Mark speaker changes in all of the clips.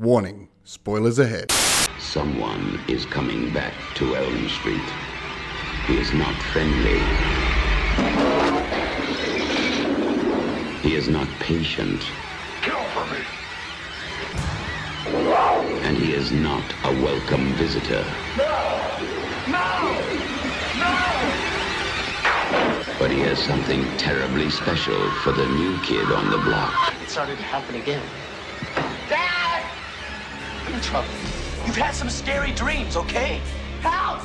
Speaker 1: Warning spoilers ahead.
Speaker 2: Someone is coming back to Elm Street. He is not friendly. He is not patient.
Speaker 3: Kill for me.
Speaker 2: And he is not a welcome visitor. But he has something terribly special for the new kid on the block.
Speaker 4: It started to happen again. Dad! I'm in trouble. You've had some scary dreams, okay? Help!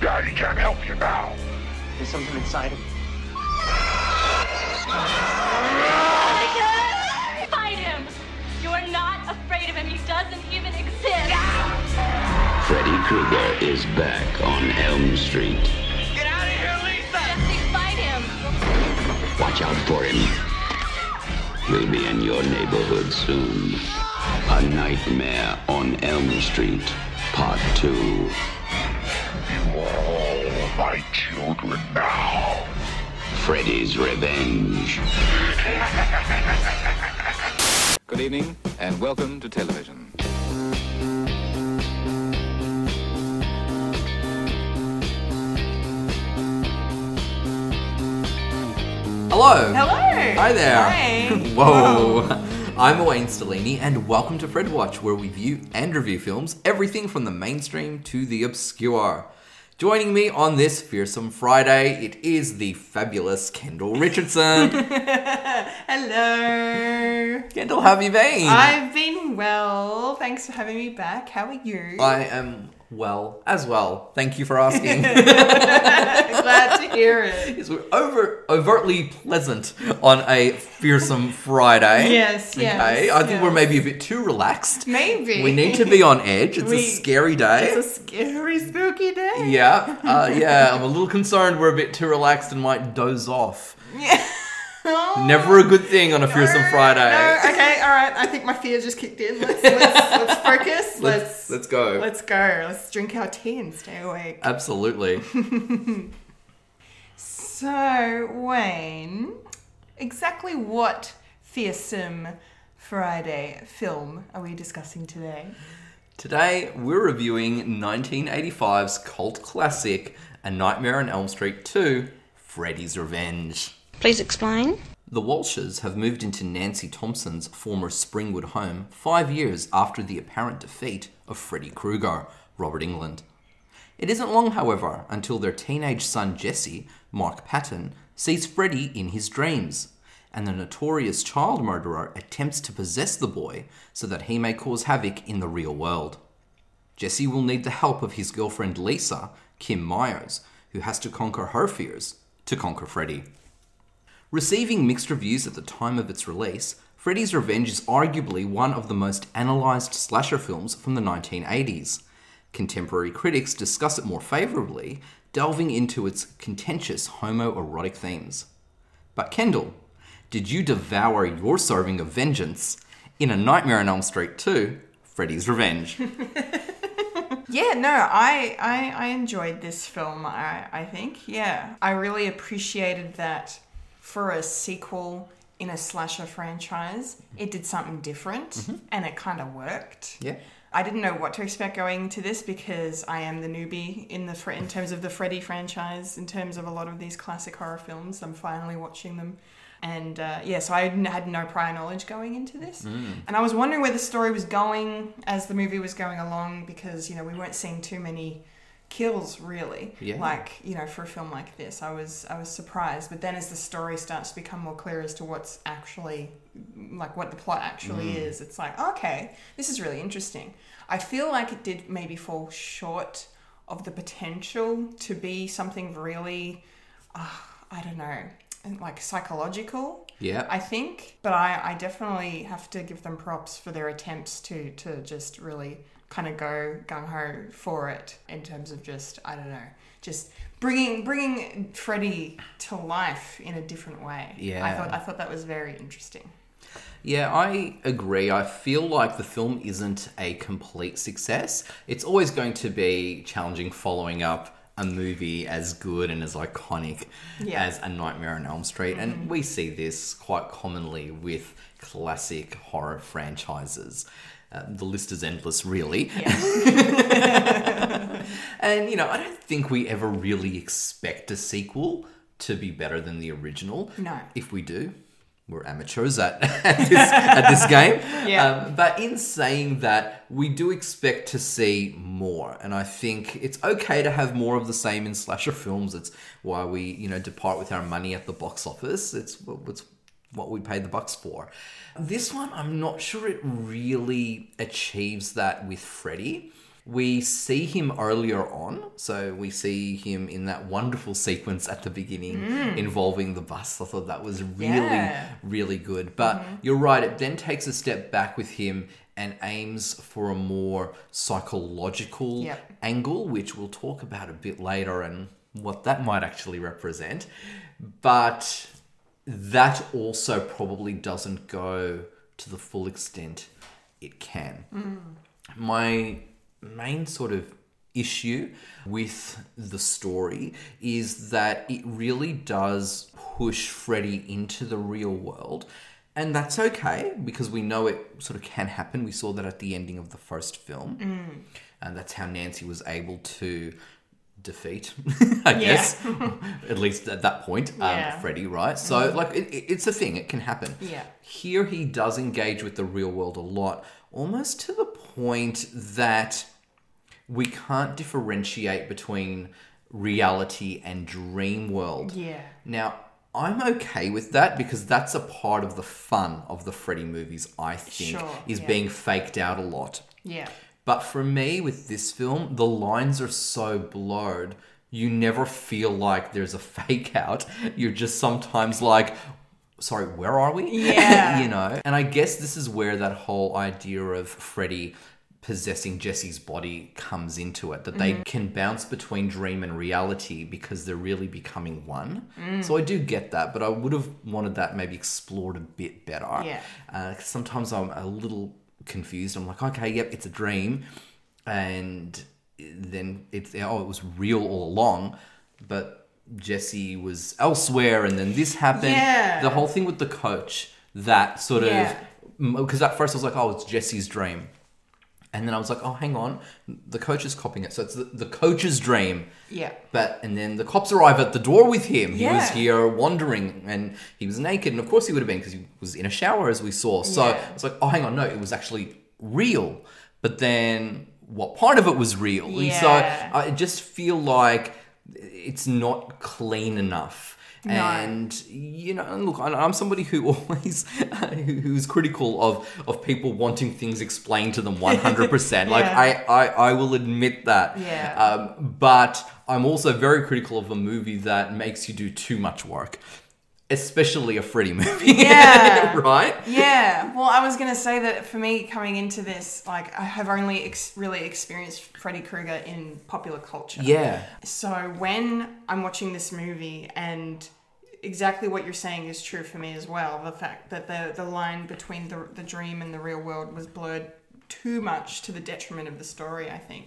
Speaker 3: Daddy can't help you now.
Speaker 4: There's something inside of me.
Speaker 5: Fight him! You're not afraid of him. He doesn't even exist.
Speaker 2: Freddy Krueger is back on Elm Street.
Speaker 5: Jesse, fight him!
Speaker 2: Watch out for him. He'll be in your neighborhood soon. A Nightmare on Elm Street, Part 2.
Speaker 3: You are all my children now.
Speaker 2: Freddy's Revenge.
Speaker 6: Good evening and welcome to television.
Speaker 7: Hello.
Speaker 8: Hello.
Speaker 7: Hi there.
Speaker 8: Hi.
Speaker 7: Whoa. I'm Wayne Stellini, and welcome to Fred Watch, where we view and review films, everything from the mainstream to the obscure. Joining me on this fearsome Friday, it is the fabulous Kendall Richardson.
Speaker 8: Hello.
Speaker 7: Kendall, how have you been?
Speaker 8: I've been well. Thanks for having me back. How are you?
Speaker 7: I am well as well. Thank you for asking.
Speaker 8: Glad to hear it.
Speaker 7: Yes, we're over overtly pleasant on a fearsome Friday.
Speaker 8: Yes, yes,
Speaker 7: Okay. I think we're
Speaker 8: yes.
Speaker 7: maybe a bit too relaxed.
Speaker 8: Maybe.
Speaker 7: We need to be on edge. It's a
Speaker 8: We-
Speaker 7: scary day.
Speaker 8: It's a scary, spooky day.
Speaker 7: yeah, uh, yeah. I'm a little concerned we're a bit too relaxed and might doze off.
Speaker 8: Oh,
Speaker 7: Never a good thing on a fearsome
Speaker 8: no,
Speaker 7: Friday.
Speaker 8: No. Okay. All right. I think my fear just kicked in. Let's let's, let's focus.
Speaker 7: Let's
Speaker 8: Let's
Speaker 7: let's go.
Speaker 8: let's go. Let's drink our tea and stay awake.
Speaker 7: Absolutely.
Speaker 8: So Wayne, exactly what fearsome Friday film are we discussing today?
Speaker 7: Today we're reviewing 1985's cult classic, A Nightmare on Elm Street 2, Freddy's Revenge.
Speaker 9: Please explain.
Speaker 7: The Walshes have moved into Nancy Thompson's former Springwood home five years after the apparent defeat of Freddy Krueger, Robert England. It isn't long, however, until their teenage son Jesse, Mark Patton, sees Freddy in his dreams, and the notorious child murderer attempts to possess the boy so that he may cause havoc in the real world. Jesse will need the help of his girlfriend Lisa, Kim Myers, who has to conquer her fears to conquer Freddy. Receiving mixed reviews at the time of its release, Freddy's Revenge is arguably one of the most analysed slasher films from the 1980s. Contemporary critics discuss it more favourably, delving into its contentious homoerotic themes. But, Kendall, did you devour your serving of vengeance in A Nightmare on Elm Street 2 Freddy's Revenge?
Speaker 8: Yeah, no, I, I I enjoyed this film. I I think yeah, I really appreciated that for a sequel in a slasher franchise. It did something different, and it kind of worked.
Speaker 7: Yeah.
Speaker 8: I didn't know what to expect going to this because I am the newbie in the Fre- in terms of the Freddy franchise. In terms of a lot of these classic horror films, I'm finally watching them, and uh, yeah, so I n- had no prior knowledge going into this, and I was wondering where the story was going as the movie was going along because you know we weren't seeing too many kills really
Speaker 7: Yeah.
Speaker 8: like you know for a film like this i was i was surprised but then as the story starts to become more clear as to what's actually like what the plot actually is it's like okay this is really interesting i feel like it did maybe fall short of the potential to be something really uh, i don't know like psychological
Speaker 7: Yeah.
Speaker 8: i think but i i definitely have to give them props for their attempts to to just really kind of go gung-ho for it in terms of just i don't know just bringing bringing freddy to life in a different way i
Speaker 7: Yeah.
Speaker 8: thought i thought that was very interesting
Speaker 7: Yeah, I agree. I feel like the film isn't a complete success. It's always going to be challenging following up a movie as good and as iconic
Speaker 8: Yeah. Mm-hmm.
Speaker 7: as A Nightmare on Elm Street. And we see this quite commonly with classic horror franchises. Uh, the list is endless, really. and, you know, I don't think we ever really expect a sequel to be better than the original.
Speaker 8: No.
Speaker 7: If we do, we're amateurs at, at, this, at this game.
Speaker 8: Yeah.
Speaker 7: Um, but in saying that, we do expect to see more. And I think it's okay to have more of the same in slasher films. It's why we, you know, depart with our money at the box office. It's, what- it's what we pay the bucks for. This one, I'm not sure it really achieves that with Freddy. We see him earlier on, so we see him in that wonderful sequence at the beginning involving the bus. I thought that was really,
Speaker 8: Yeah. Mm-hmm.
Speaker 7: really good. But you're right, it then takes a step back with him and aims for a more psychological
Speaker 8: Yep.
Speaker 7: angle, which we'll talk about a bit later and what that might actually represent. But that also probably doesn't go to the full extent it can. My main sort of issue with the story is that it really does push Freddy into the real world. And that's okay because we know it sort of can happen. We saw that at the ending of the first film. And that's how Nancy was able to defeat, I guess, at least at that point,
Speaker 8: Yeah.
Speaker 7: um, Freddy, right? So, like, it, it- it's a thing, it can happen.
Speaker 8: Mm-hmm. Yeah.
Speaker 7: Here he does engage with the real world a lot, almost to the point that we can't differentiate between reality and dream world.
Speaker 8: Yeah.
Speaker 7: Now, I'm okay with that because that's a part of the fun of the Freddy movies, I think,
Speaker 8: Sure,
Speaker 7: is
Speaker 8: yeah.
Speaker 7: being faked out a lot.
Speaker 8: Yeah.
Speaker 7: But for me, with this film, the lines are so blurred. You never feel like there's a fake out. You're just sometimes like, sorry, where are we?
Speaker 8: Yeah.
Speaker 7: you know? And I guess this is where that whole idea of Freddy possessing Jesse's body comes into it that they
Speaker 8: Mm-hmm.
Speaker 7: can bounce between dream and reality because they're really becoming one.
Speaker 8: Mm.
Speaker 7: So I do get that, but I would have wanted that maybe explored a bit better.
Speaker 8: Yeah.
Speaker 7: Uh, 'cause sometimes I'm a little confused. I'm like, okay, yep, it's a dream, and then it's oh, it was real all along, but Jesse was elsewhere, and then this happened.
Speaker 8: Yeah.
Speaker 7: The whole thing with the coach that sort
Speaker 8: Yeah.
Speaker 7: of because at first I was like, oh, it's Jesse's dream. And then I was like, oh, hang on, the coach is copying it. So it's the, the coach's dream.
Speaker 8: Yeah.
Speaker 7: But, and then the cops arrive at the door with him. He was
Speaker 8: Yeah.
Speaker 7: here wandering and he was naked. And of course he would have been because he was in a shower as we saw. So
Speaker 8: Yeah.
Speaker 7: it's like, oh, hang on, no, it was actually real. But then what part of it was real? And so
Speaker 8: Yeah.
Speaker 7: I just feel like it's not clean enough. And you know, and look, I- I'm somebody who always who- who's critical of of people wanting things explained to them 100. percent Like
Speaker 8: Yeah.
Speaker 7: I, I I will admit that.
Speaker 8: Yeah.
Speaker 7: Um, but I'm also very critical of a movie that makes you do too much work, especially a Freddy movie.
Speaker 8: Yeah.
Speaker 7: right.
Speaker 8: Yeah, well, I was gonna say that for me coming into this, like I have only ex- really experienced Freddy Krueger in popular culture.
Speaker 7: Yeah.
Speaker 8: So when I'm watching this movie, and exactly what you're saying is true for me as well. The fact that the the line between the the dream and the real world was blurred too much to the detriment of the story, I think,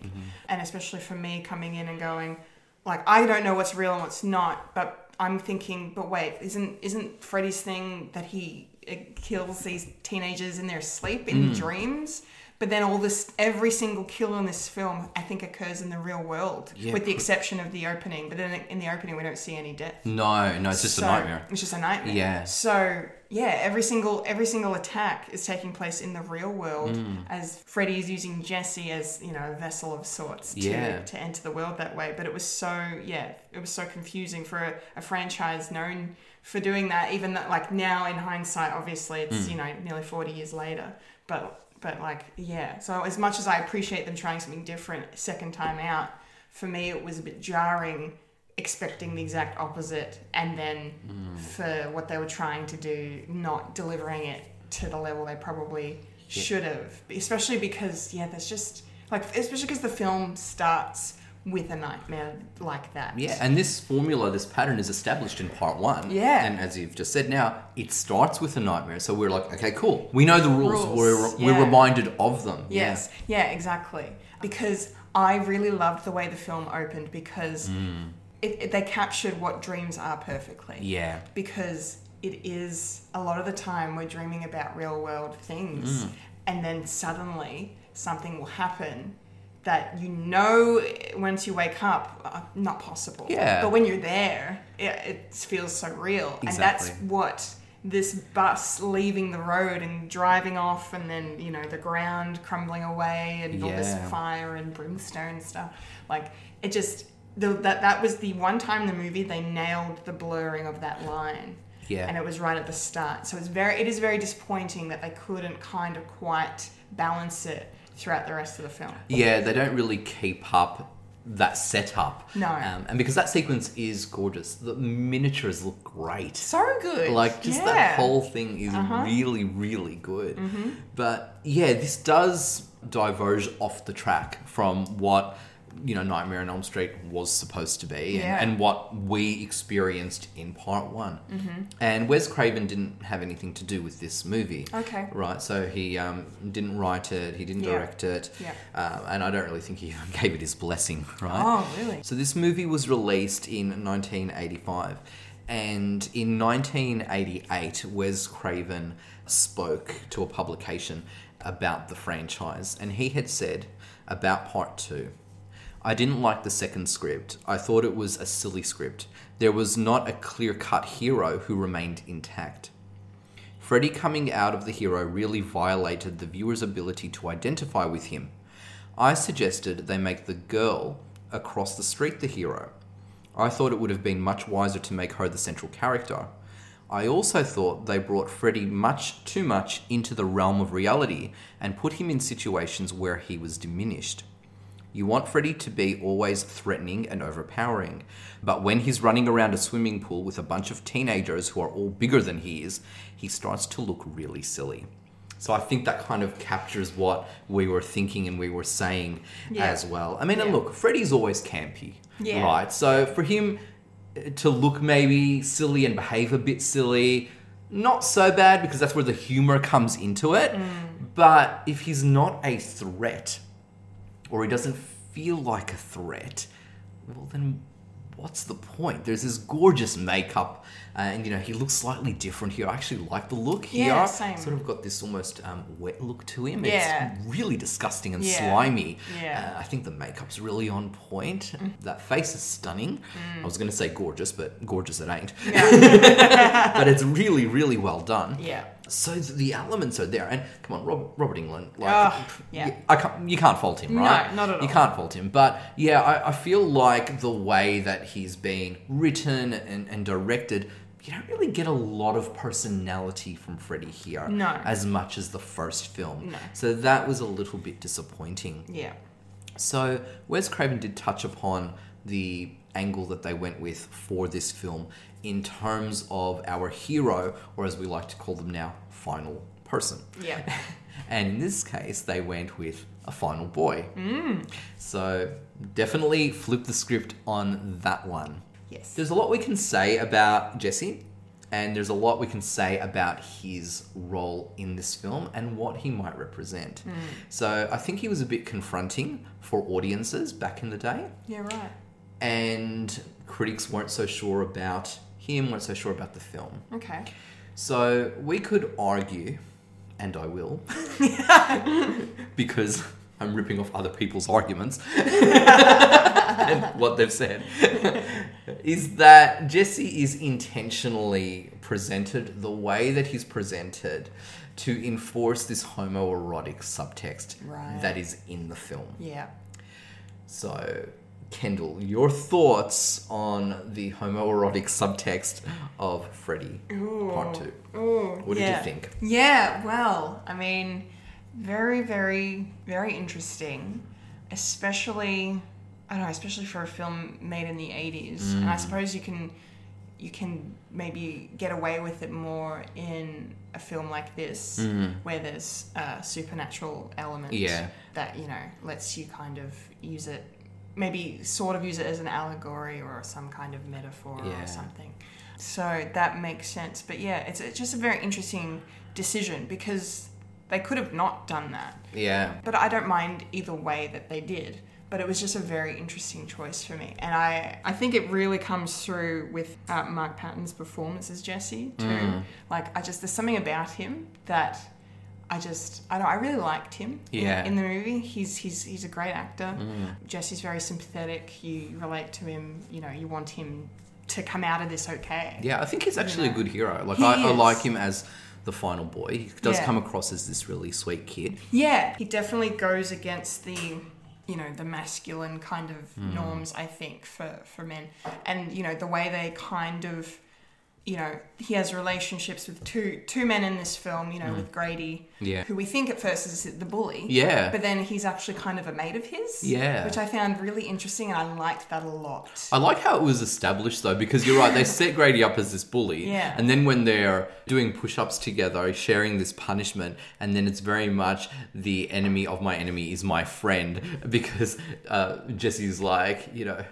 Speaker 8: and especially for me coming in and going, like I don't know what's real and what's not, but I'm thinking, but wait, isn't isn't Freddy's thing that he uh, kills these teenagers in their sleep in dreams? But then all this, every single kill in this film, I think occurs in the real world, with the exception of the opening. But then in the opening, we don't see any death.
Speaker 7: No, no, it's just
Speaker 8: So-
Speaker 7: a nightmare.
Speaker 8: It's just a nightmare.
Speaker 7: Yeah.
Speaker 8: So yeah, every single every single attack is taking place in the real world
Speaker 7: Mm.
Speaker 8: as Freddy is using Jesse as you know a vessel of sorts
Speaker 7: Yeah.
Speaker 8: to to enter the world that way. But it was so yeah, it was so confusing for a, a franchise known for doing that. Even that like now in hindsight, obviously it's
Speaker 7: Mm.
Speaker 8: you know nearly forty years later, but. But like yeah, so as much as I appreciate them trying something different second time out, for me it was a bit jarring expecting the exact opposite and then for what they were trying to do not delivering it to the level they probably should have especially because yeah there's just like especially because the film starts with a nightmare like that
Speaker 7: Yeah, and this formula, this pattern is established in part one.
Speaker 8: Yeah.
Speaker 7: And as you've just said now, it starts with a nightmare. So we're like, okay, cool. We know the rules.
Speaker 8: Rules,
Speaker 7: We're,
Speaker 8: yeah.
Speaker 7: we're reminded of them.
Speaker 8: Yes. Yeah, exactly. Because I really loved the way the film opened because it, it, they captured what dreams are perfectly.
Speaker 7: Yeah. Mm.
Speaker 8: Because it is a lot of the time we're dreaming about real world things. and then suddenly something will happen that you know once you wake up uh, not possible
Speaker 7: Yeah.
Speaker 8: but when you're there it, it feels so real and that's
Speaker 7: Exactly.
Speaker 8: what this bus leaving the road and driving off and then you know the ground crumbling away and all this
Speaker 7: Yeah.
Speaker 8: fire and brimstone and stuff like it just the, that that was the one time in the movie they nailed the blurring of that line
Speaker 7: Yeah.
Speaker 8: and it was right at the start so it's very it is very disappointing that they couldn't kind of quite balance it throughout the rest of the film
Speaker 7: Yeah, they don't really keep up that setup.
Speaker 8: No.
Speaker 7: Um, and because that sequence is gorgeous, the miniatures look great.
Speaker 8: so good
Speaker 7: like just
Speaker 8: Yeah. Uh-huh. Mm-hmm.
Speaker 7: that whole thing is really, really good. But yeah, this does diverge off the track from what you know Nightmare on Elm Street was supposed to be,
Speaker 8: Yeah.
Speaker 7: and, and what we experienced in part one.
Speaker 8: Mm-hmm.
Speaker 7: And Wes Craven didn't have anything to do with this movie.
Speaker 8: Okay.
Speaker 7: right? So he um, didn't write it, he didn't
Speaker 8: Yeah.
Speaker 7: direct it,
Speaker 8: Yeah.
Speaker 7: um, and I don't really think he even gave it his blessing, right?
Speaker 8: oh really
Speaker 7: So this movie was released in 1985, and in 1988, Wes Craven spoke to a publication about the franchise, and he had said about part two. I didn't like the second script. I thought it was a silly script. There was not a clear cut hero who remained intact. Freddy coming out of the hero really violated the viewer's ability to identify with him. I suggested they make the girl across the street the hero. I thought it would have been much wiser to make her the central character. I also thought they brought Freddy much too much into the realm of reality and put him in situations where he was diminished. You want Freddy to be always threatening and overpowering, but when he's running around a swimming pool with a bunch of teenagers who are all bigger than he is, he starts to look really silly. So I think that kind of captures what we were thinking and we were saying
Speaker 8: Yeah.
Speaker 7: as well. I mean, and look, Freddy's always campy,
Speaker 8: Yeah.
Speaker 7: right? So for him uh, to look maybe silly and behave a bit silly, not so bad because that's where the humor comes into it.
Speaker 8: Mm.
Speaker 7: But if he's not a threat, or he doesn't feel like a threat, well then what's the point? There's this gorgeous makeup, uh, and you know he looks slightly different here. I actually like the look here.
Speaker 8: Yeah, same.
Speaker 7: Sort of got this almost um, wet look to him.
Speaker 8: Yeah.
Speaker 7: It's really disgusting and
Speaker 8: Yeah.
Speaker 7: slimy.
Speaker 8: Yeah. Mm.
Speaker 7: Uh, I think the makeup's really on point. That face is stunning. I was going to say gorgeous, but gorgeous it ain't. but it's really, really well done.
Speaker 8: yeah
Speaker 7: So th- the elements are there, and come on, Rob, Robert England. Like,
Speaker 8: Ugh, Ah, yeah.
Speaker 7: y- I can't, you can't fault him,
Speaker 8: No,
Speaker 7: right?
Speaker 8: not at all.
Speaker 7: You can't fault him, but yeah, I, I feel like the way that he's been written and, and directed, you don't really get a lot of personality from Freddie here,
Speaker 8: No.
Speaker 7: as much as the first film.
Speaker 8: No.
Speaker 7: So that was a little bit disappointing.
Speaker 8: yeah
Speaker 7: So Wes Craven did touch upon the angle that they went with for this film in terms of our hero, or as we like to call them now, final person.
Speaker 8: yeah
Speaker 7: And in this case, they went with a final boy. So definitely flip the script on that one.
Speaker 8: yes
Speaker 7: There's a lot we can say about Jesse, and there's a lot we can say about his role in this film and what he might represent. So I think he was a bit confronting for audiences back in the day,
Speaker 8: yeah right
Speaker 7: and critics weren't so sure about him, weren't so sure about the film.
Speaker 8: okay
Speaker 7: So we could argue, and I will, because I'm ripping off other people's arguments and what they've said, is that Jesse is intentionally presented the way that he's presented to enforce this homoerotic subtext
Speaker 8: Right.
Speaker 7: that is in the film.
Speaker 8: yeah
Speaker 7: So, Kendall, your thoughts on the homoerotic subtext of Freddy Part 2? What did
Speaker 8: Yeah.
Speaker 7: you think?
Speaker 8: Yeah, well, I mean, very, very, very interesting, especially I don't know, especially for a film made in the '80s. And
Speaker 7: Mm.
Speaker 8: I suppose you can you can maybe get away with it more in a film like this, where there's a supernatural element
Speaker 7: Mm-hmm. Yeah.
Speaker 8: that you know lets you kind of use it, maybe sort of use it as an allegory or some kind of metaphor
Speaker 7: Yeah.
Speaker 8: or something. So that makes sense. But yeah, it's, it's just a very interesting decision because they could have not done that.
Speaker 7: Yeah.
Speaker 8: But I don't mind either way that they did. But it was just a very interesting choice for me. And I, I think it really comes through with uh, Mark
Speaker 7: Mm.
Speaker 8: Patton's performance as Jesse, too. Like, I just, there's something about him that I just I don't I really liked him. in-
Speaker 7: Yeah. Mm.
Speaker 8: In, the movie, he's he's he's a great actor. Jesse's very sympathetic. You relate to him. You know, you want him to come out of this okay.
Speaker 7: Yeah, I think he's actually a good hero. Like
Speaker 8: He
Speaker 7: I, I
Speaker 8: is.
Speaker 7: like him as the final boy. He does
Speaker 8: Yeah.
Speaker 7: come across as this really sweet kid.
Speaker 8: Yeah, he definitely goes against the you know the masculine kind of
Speaker 7: Hmm.
Speaker 8: norms I think for for men and you know the way they kind of you know he has relationships with two two men in this film you know with Grady
Speaker 7: Hmm. Yeah.
Speaker 8: who we think at first is the bully
Speaker 7: Yeah.
Speaker 8: but then he's actually kind of a mate of his
Speaker 7: Yeah.
Speaker 8: which I found really interesting and I liked that a lot
Speaker 7: I like how it was established though, because you're right, they set Grady up as this bully.
Speaker 8: Yeah.
Speaker 7: And then when they're doing push ups together, sharing this punishment, and then it's very much the enemy of my enemy is my friend, because uh, Jesse's like, you know,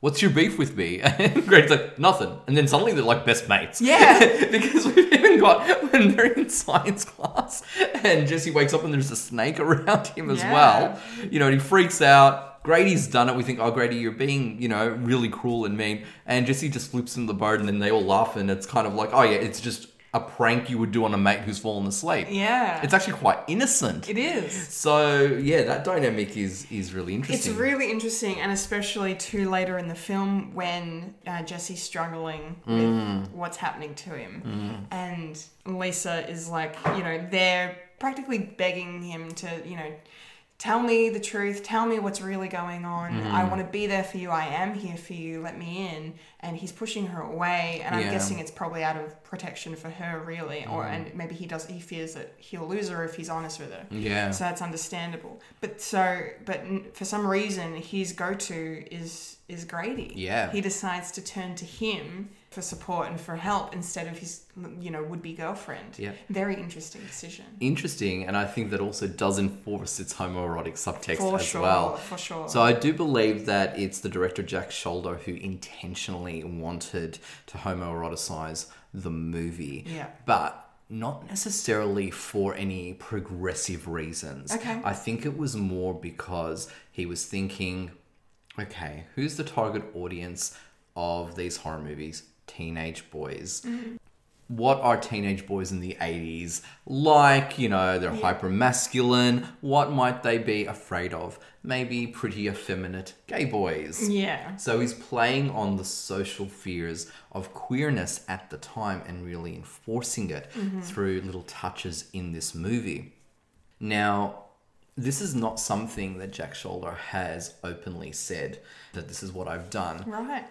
Speaker 7: what's your beef with me? And Grady's like, nothing. And then suddenly they're like best mates.
Speaker 8: Yeah.
Speaker 7: because we've even got when they're in science class and Jesse wakes up and there's a snake around him as
Speaker 8: Yeah.
Speaker 7: well. You know, and he freaks out. Grady's done it. We think, oh, Grady, you're being, you know, really cruel and mean. And Jesse just flips him the bird, and then they all laugh, and it's kind of like, oh, yeah, it's just a prank you would do on a mate who's fallen asleep.
Speaker 8: Yeah.
Speaker 7: It's actually quite innocent.
Speaker 8: it is
Speaker 7: So, yeah, that dynamic is is really interesting.
Speaker 8: It's really interesting, and especially too later in the film when uh, Jesse's struggling
Speaker 7: Mm.
Speaker 8: with what's happening to him, and Lisa is like, you know, they're practically begging him to, you know, tell me the truth, tell me what's really going on. I
Speaker 7: Mm.
Speaker 8: want to be there for you. I am here for you. Let me in. And he's pushing her away, and I'm
Speaker 7: Yeah.
Speaker 8: guessing it's probably out of protection for her, really, or
Speaker 7: Mm.
Speaker 8: and maybe he does. He fears that he'll lose her if he's honest with her.
Speaker 7: Yeah.
Speaker 8: So that's understandable. But so, but n- for some reason, his go-to is is Grady.
Speaker 7: Yeah.
Speaker 8: He decides to turn to him for support and for help instead of his, you know, would-be girlfriend.
Speaker 7: Yeah.
Speaker 8: Very interesting decision.
Speaker 7: interesting, and I think that also does enforce its homoerotic subtext
Speaker 8: For
Speaker 7: as
Speaker 8: sure,
Speaker 7: well.
Speaker 8: for sure.
Speaker 7: So I do believe that it's the director Jack Shoulder who intentionally wanted to homoeroticize the movie.
Speaker 8: Yeah.
Speaker 7: But not necessarily for any progressive reasons.
Speaker 8: Okay.
Speaker 7: I think it was more because he was thinking, okay, who's the target audience of these horror movies? Teenage boys what are teenage boys in the 80s like? You know, they're hyper masculine. What might they be afraid of? Maybe pretty effeminate gay boys.
Speaker 8: Yeah.
Speaker 7: So he's playing on the social fears of queerness at the time and really enforcing it through little touches in this movie. Now, this is not something that Jack Shoulder has openly said that this is what I've done
Speaker 8: Right.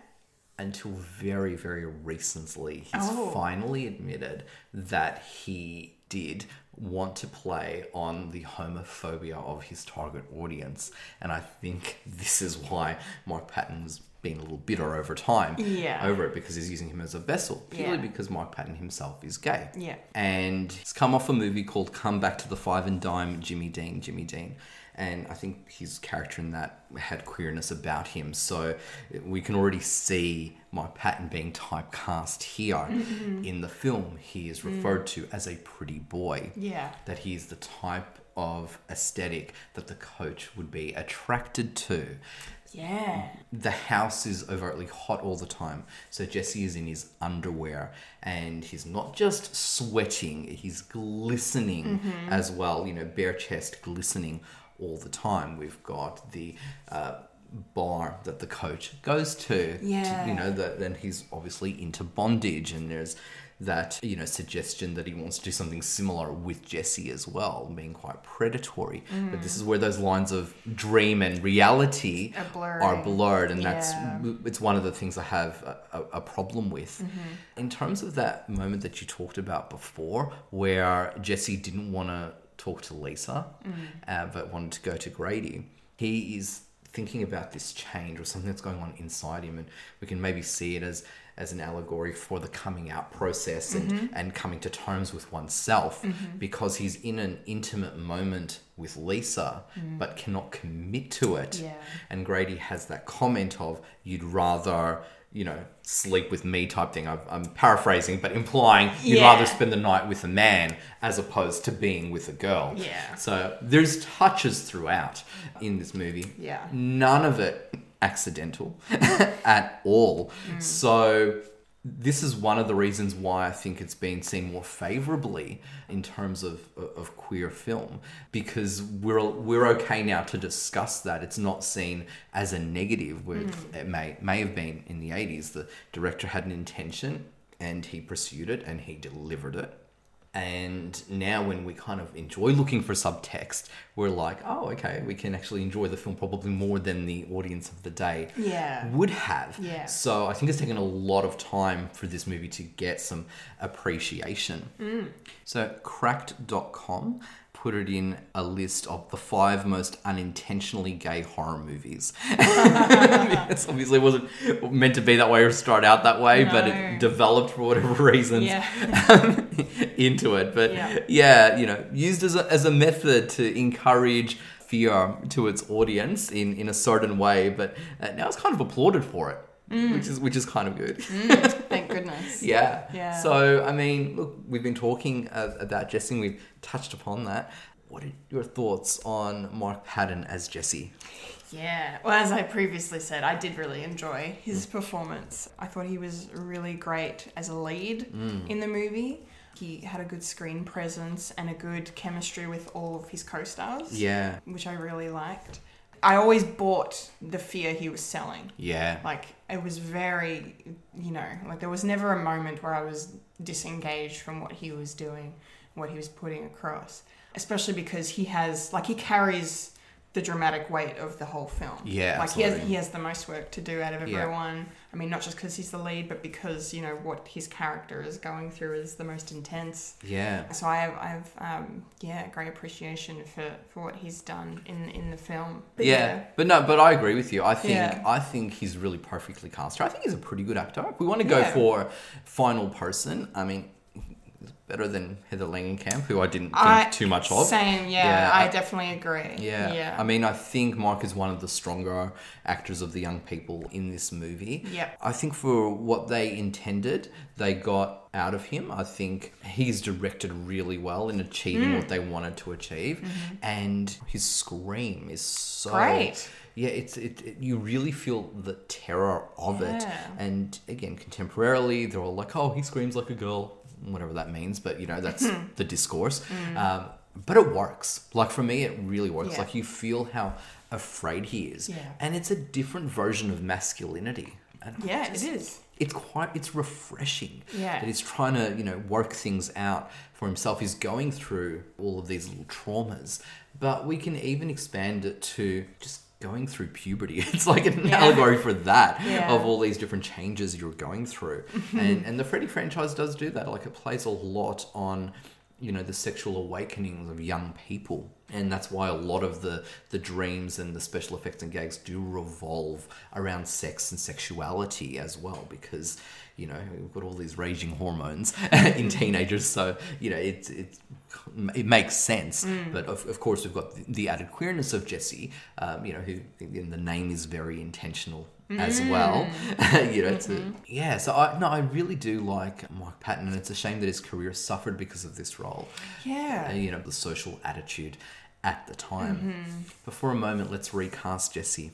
Speaker 7: until very, very recently, he's
Speaker 8: Oh.
Speaker 7: finally admitted that he did want to play on the homophobia of his target audience. And I think this is why Mike Patton was being a little bitter over time
Speaker 8: Yeah.
Speaker 7: over it because he's using him as a vessel, purely
Speaker 8: Yeah.
Speaker 7: because Mike Patton himself is gay.
Speaker 8: Yeah.
Speaker 7: And he's come off a movie called Come Back to the Five and Dime, Jimmy Dean, Jimmy Dean. And I think his character in that had queerness about him. So we can already see Mike Patton being typecast here.
Speaker 8: Mm-hmm.
Speaker 7: In the film, he is referred to as a pretty boy
Speaker 8: Yeah.
Speaker 7: that he is the type of aesthetic that the coach would be attracted to.
Speaker 8: Yeah.
Speaker 7: The house is overtly hot all the time, so Jesse is in his underwear and he's not just sweating, he's glistening as well, you know, bare chest glistening all the time. We've got the uh, bar that the coach goes to, to- you
Speaker 8: Yeah.
Speaker 7: know, that then he's obviously into bondage and there's that you know suggestion that he wants to do something similar with Jesse as well being quite predatory but this is where those lines of dream and reality
Speaker 8: Are blurred.
Speaker 7: are blurred and
Speaker 8: Yeah.
Speaker 7: that's it's one of the things I have a, a, a problem with
Speaker 8: Mm-hmm.
Speaker 7: in terms of that moment that you talked about before where Jesse didn't want to talk to Lisa
Speaker 8: Mm.
Speaker 7: uh, but wanted to go to Grady he is thinking about this change or something that's going on inside him and we can maybe see it as as an allegory for the coming out process and
Speaker 8: Mm-hmm.
Speaker 7: and coming to terms with oneself because he's in an intimate moment with Lisa but cannot commit to it
Speaker 8: Mm. Yeah.
Speaker 7: and Grady has that comment of you'd rather you know sleep with me type thing I've, I'm paraphrasing but implying you'd
Speaker 8: Yeah.
Speaker 7: rather spend the night with a man as opposed to being with a girl
Speaker 8: Yeah.
Speaker 7: so there's touches throughout in this movie
Speaker 8: Yeah.
Speaker 7: none of it accidental at all so this is one of the reasons why I think it's been seen more favorably in terms of, of queer film because we're we're okay now to discuss that it's not seen as a negative where it- it may may have been in the 80s the director had an intention and he pursued it and he delivered it and now when we kind of enjoy looking for subtext we're like oh okay we can actually enjoy the film probably more than the audience of the day
Speaker 8: Yeah.
Speaker 7: would have
Speaker 8: Yeah.
Speaker 7: so I think it's taken a lot of time for this movie to get some appreciation.
Speaker 8: Mm.
Speaker 7: So cracked.com put it in a list of the five most unintentionally gay horror movies. Because obviously it wasn't meant to be that way or start out that way, but
Speaker 8: No.
Speaker 7: it developed for whatever reasons um,
Speaker 8: Yeah.
Speaker 7: into it. But
Speaker 8: Yeah.
Speaker 7: yeah. you know, used as a, as a method to encourage fear to its audience in, in a certain way. But uh, now it's kind of applauded for it,
Speaker 8: Mm.
Speaker 7: which is which is kind of good.
Speaker 8: Thank goodness.
Speaker 7: Yeah.
Speaker 8: Mm. Yeah.
Speaker 7: So I mean, look, we've been talking uh, about Jessing. We've touched upon that. What are your thoughts on Mark Patton as Jesse?
Speaker 8: Yeah. Well, as I previously said, I did really enjoy his performance. I thought he was really great as a lead in the movie. He had a good screen presence and a good chemistry with all of his co stars,
Speaker 7: Yeah.
Speaker 8: which I really liked. I always bought the fear he was selling.
Speaker 7: Yeah.
Speaker 8: Like, it was very, you know, like there was never a moment where I was disengaged from what he was doing, what he was putting across. Especially because he has, like, he carries the dramatic weight of the whole film.
Speaker 7: Yeah,
Speaker 8: Like, he has,
Speaker 7: absolutely.
Speaker 8: he has the most work to do out of
Speaker 7: Yeah.
Speaker 8: everyone. I mean, not just because he's the lead, but because, you know, what his character is going through is the most intense.
Speaker 7: yeah.
Speaker 8: So I have, I have um, yeah, great appreciation for, for what he's done in, in the film. But
Speaker 7: yeah. but no, but I agree with you. I think
Speaker 8: Yeah.
Speaker 7: I think he's really perfectly cast. here. I think he's a pretty good actor. If we want to go
Speaker 8: Yeah.
Speaker 7: for final person, I mean, he's better than Heather Langenkamp, who I didn't think
Speaker 8: I-
Speaker 7: too much of.
Speaker 8: Same, yeah,
Speaker 7: Yeah,
Speaker 8: I,
Speaker 7: I-
Speaker 8: definitely agree.
Speaker 7: Yeah.
Speaker 8: yeah.
Speaker 7: I mean, I think Mark is one of the stronger actors of the young people in this movie.
Speaker 8: Yep.
Speaker 7: I think for what they intended, they got out of him. I think he's directed really well in
Speaker 8: Mm.
Speaker 7: achieving what they wanted to achieve, and his scream is so
Speaker 8: Mm-hmm. Great.
Speaker 7: Yeah, it's it, it- You really feel the terror of it,
Speaker 8: Yeah.
Speaker 7: and again, contemporarily, they're all like, "Oh, he screams like a girl," whatever that means. But you know, that's the discourse. Um, but it works. Like for me, it really works.
Speaker 8: Mm. Yeah.
Speaker 7: Like you feel how afraid he is,
Speaker 8: Yeah.
Speaker 7: and it's a different version of masculinity. And I
Speaker 8: yeah,
Speaker 7: just-
Speaker 8: it is.
Speaker 7: it's quite it's refreshing
Speaker 8: Yeah.
Speaker 7: that he's trying to you know work things out for himself he's going through all of these little traumas but we can even expand it to just going through puberty it's like an
Speaker 8: Yeah.
Speaker 7: allegory for that
Speaker 8: Yeah. Mm-hmm.
Speaker 7: of all these different changes you're going through and and the freddy franchise does do that like it plays a lot on you know the sexual awakenings of young people and that's why a lot of the the dreams and the special effects and gags do revolve around sex and sexuality as well because you know we've got all these raging hormones in teenagers so you know it's it's it makes sense but of, of course we've got the, the added queerness of jesse um, you know who in the name is very intentional as well you know to, yeah so i no i really do like mike patton and it's a shame that his career suffered because of this role
Speaker 8: Yeah.
Speaker 7: uh, you know the social attitude at the time
Speaker 8: Mm-hmm.
Speaker 7: but for a moment let's recast jesse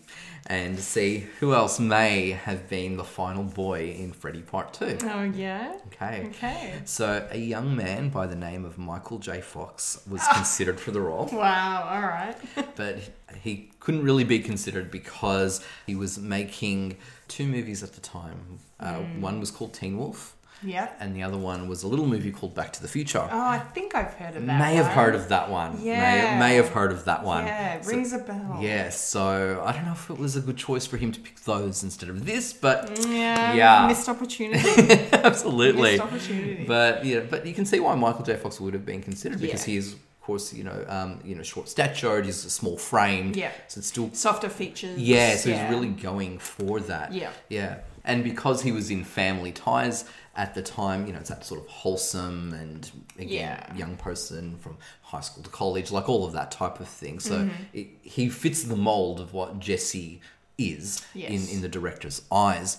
Speaker 7: and see who else may have been the final boy in freddy part 2
Speaker 8: Oh yeah.
Speaker 7: okay
Speaker 8: Okay.
Speaker 7: so a young man by the name of michael j fox was
Speaker 8: Ah.
Speaker 7: considered for the role
Speaker 8: Wow. All right.
Speaker 7: but he couldn't really be considered because he was making two movies at the time. Uh,
Speaker 8: Mm.
Speaker 7: One was called Teen Wolf,
Speaker 8: yeah.
Speaker 7: and the other one was a little movie called Back to the Future.
Speaker 8: Oh, I think I've heard of that.
Speaker 7: may have
Speaker 8: one.
Speaker 7: heard of that one.
Speaker 8: Yeah.
Speaker 7: May, may have heard of that one.
Speaker 8: Yeah, it
Speaker 7: So-
Speaker 8: rings a bell.
Speaker 7: yeah, so I don't know if it was a good choice for him to pick those instead of this, but
Speaker 8: Yeah.
Speaker 7: Yeah.
Speaker 8: Missed opportunity. Mm.
Speaker 7: absolutely.
Speaker 8: Missed opportunity.
Speaker 7: But yeah, but you can see why Michael J. Fox would have been considered because
Speaker 8: Yeah.
Speaker 7: he is, of course, you know, um, you know, short statured. He's small framed.
Speaker 8: Yeah.
Speaker 7: so it's still
Speaker 8: Softer features.
Speaker 7: Yeah, so he's really going for that.
Speaker 8: Yeah.
Speaker 7: Yeah. And because he was in family ties at the time, you know, it's that sort of wholesome and again,
Speaker 8: Yeah.
Speaker 7: young person from high school to college, like all of that type of thing. So
Speaker 8: Mm-hmm.
Speaker 7: it, he fits the mold of what Jesse is
Speaker 8: Yes.
Speaker 7: in, in the director's eyes.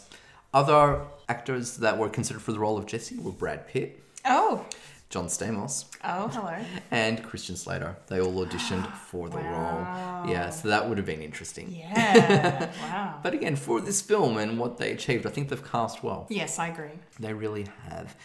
Speaker 7: Other actors that were considered for the role of Jesse were Brad Pitt,
Speaker 8: Oh.
Speaker 7: John Stamos,
Speaker 8: Oh, hello.
Speaker 7: and Christian Slater. They all auditioned for the role. Yeah, so that would have been interesting.
Speaker 8: Yeah. wow.
Speaker 7: But again, for this film and what they achieved, I think they've cast well.
Speaker 8: Yes, I agree.
Speaker 7: They really have.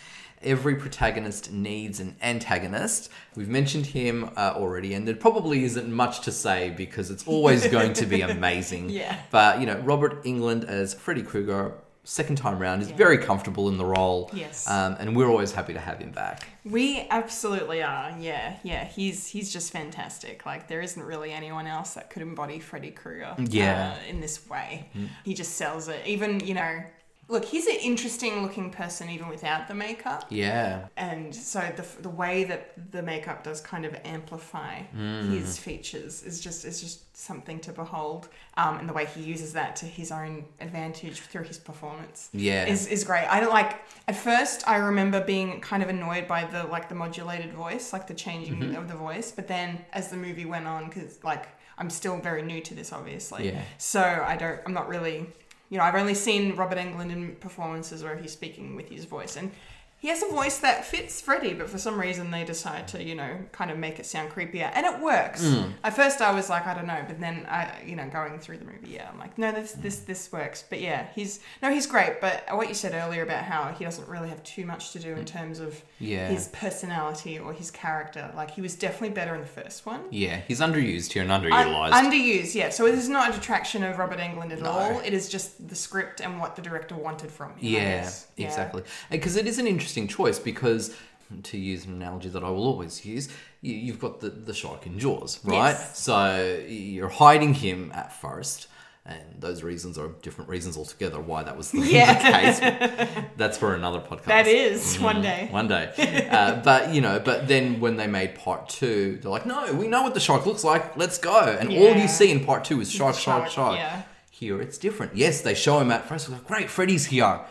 Speaker 7: Every protagonist needs an antagonist. We've mentioned him uh, already, and there probably isn't much to say because it's always going to be amazing.
Speaker 8: Yeah.
Speaker 7: But, you know, Robert England as Freddy Krueger, second time round, is very comfortable in the role.
Speaker 8: Yes.
Speaker 7: Um, and we're always happy to have him back.
Speaker 8: We absolutely are. Yeah, yeah. He's he's just fantastic. Like there isn't really anyone else that could embody Freddy Krueger.
Speaker 7: Yeah.
Speaker 8: uh, in this way, he just sells it. Even you know, look, he's an interesting looking person even without the makeup.
Speaker 7: Yeah.
Speaker 8: And so the, the way that the makeup does kind of amplify
Speaker 7: Mm.
Speaker 8: his features is just is just something to behold, um, and the way he uses that to his own advantage through his performance,
Speaker 7: Yeah.
Speaker 8: is, is great. I don't like at first I remember being kind of annoyed by the like the modulated voice, like the changing
Speaker 7: Mm-hmm.
Speaker 8: of the voice, but then as the movie went on, because like I'm still very new to this, obviously,
Speaker 7: Yeah.
Speaker 8: so I don't, I'm not really, you know, I've only seen Robert Englund in performances where he's speaking with his voice, and he has a voice that fits Freddy, but for some reason they decide to, you know, kind of make it sound creepier, and it works. At first I was like, I don't know, but then I, you know, going through the movie, yeah, I'm like, no, this this this works. But yeah, he's no, he's great. But what you said earlier about how he doesn't really have too much to do in terms of
Speaker 7: Yeah.
Speaker 8: his personality or his character, like he was definitely better in the first one.
Speaker 7: Yeah. He's underused here and
Speaker 8: Un-
Speaker 7: underutilized.
Speaker 8: underused, yeah. So it is not a detraction of Robert Englund at all. It is just the script and what the director wanted from him. I
Speaker 7: Yeah,
Speaker 8: guess.
Speaker 7: exactly. Because it is an interesting choice because, to use an analogy that I will always use, you, you've got the, the shark in Jaws, right?
Speaker 8: Yes.
Speaker 7: So you're hiding him at first. And those reasons are different reasons altogether why that was the, the case. That's for another podcast.
Speaker 8: That is one day.
Speaker 7: Mm. One day. Uh, but, you know, but then when they made part two, they're like, no, we know what the shark looks like. Let's go. And all
Speaker 8: Yeah.
Speaker 7: you see in part two is shark, shark,
Speaker 8: Shark,
Speaker 7: shark.
Speaker 8: yeah.
Speaker 7: Here it's different. Yes, they show him at first. Like, Great, Freddy's here.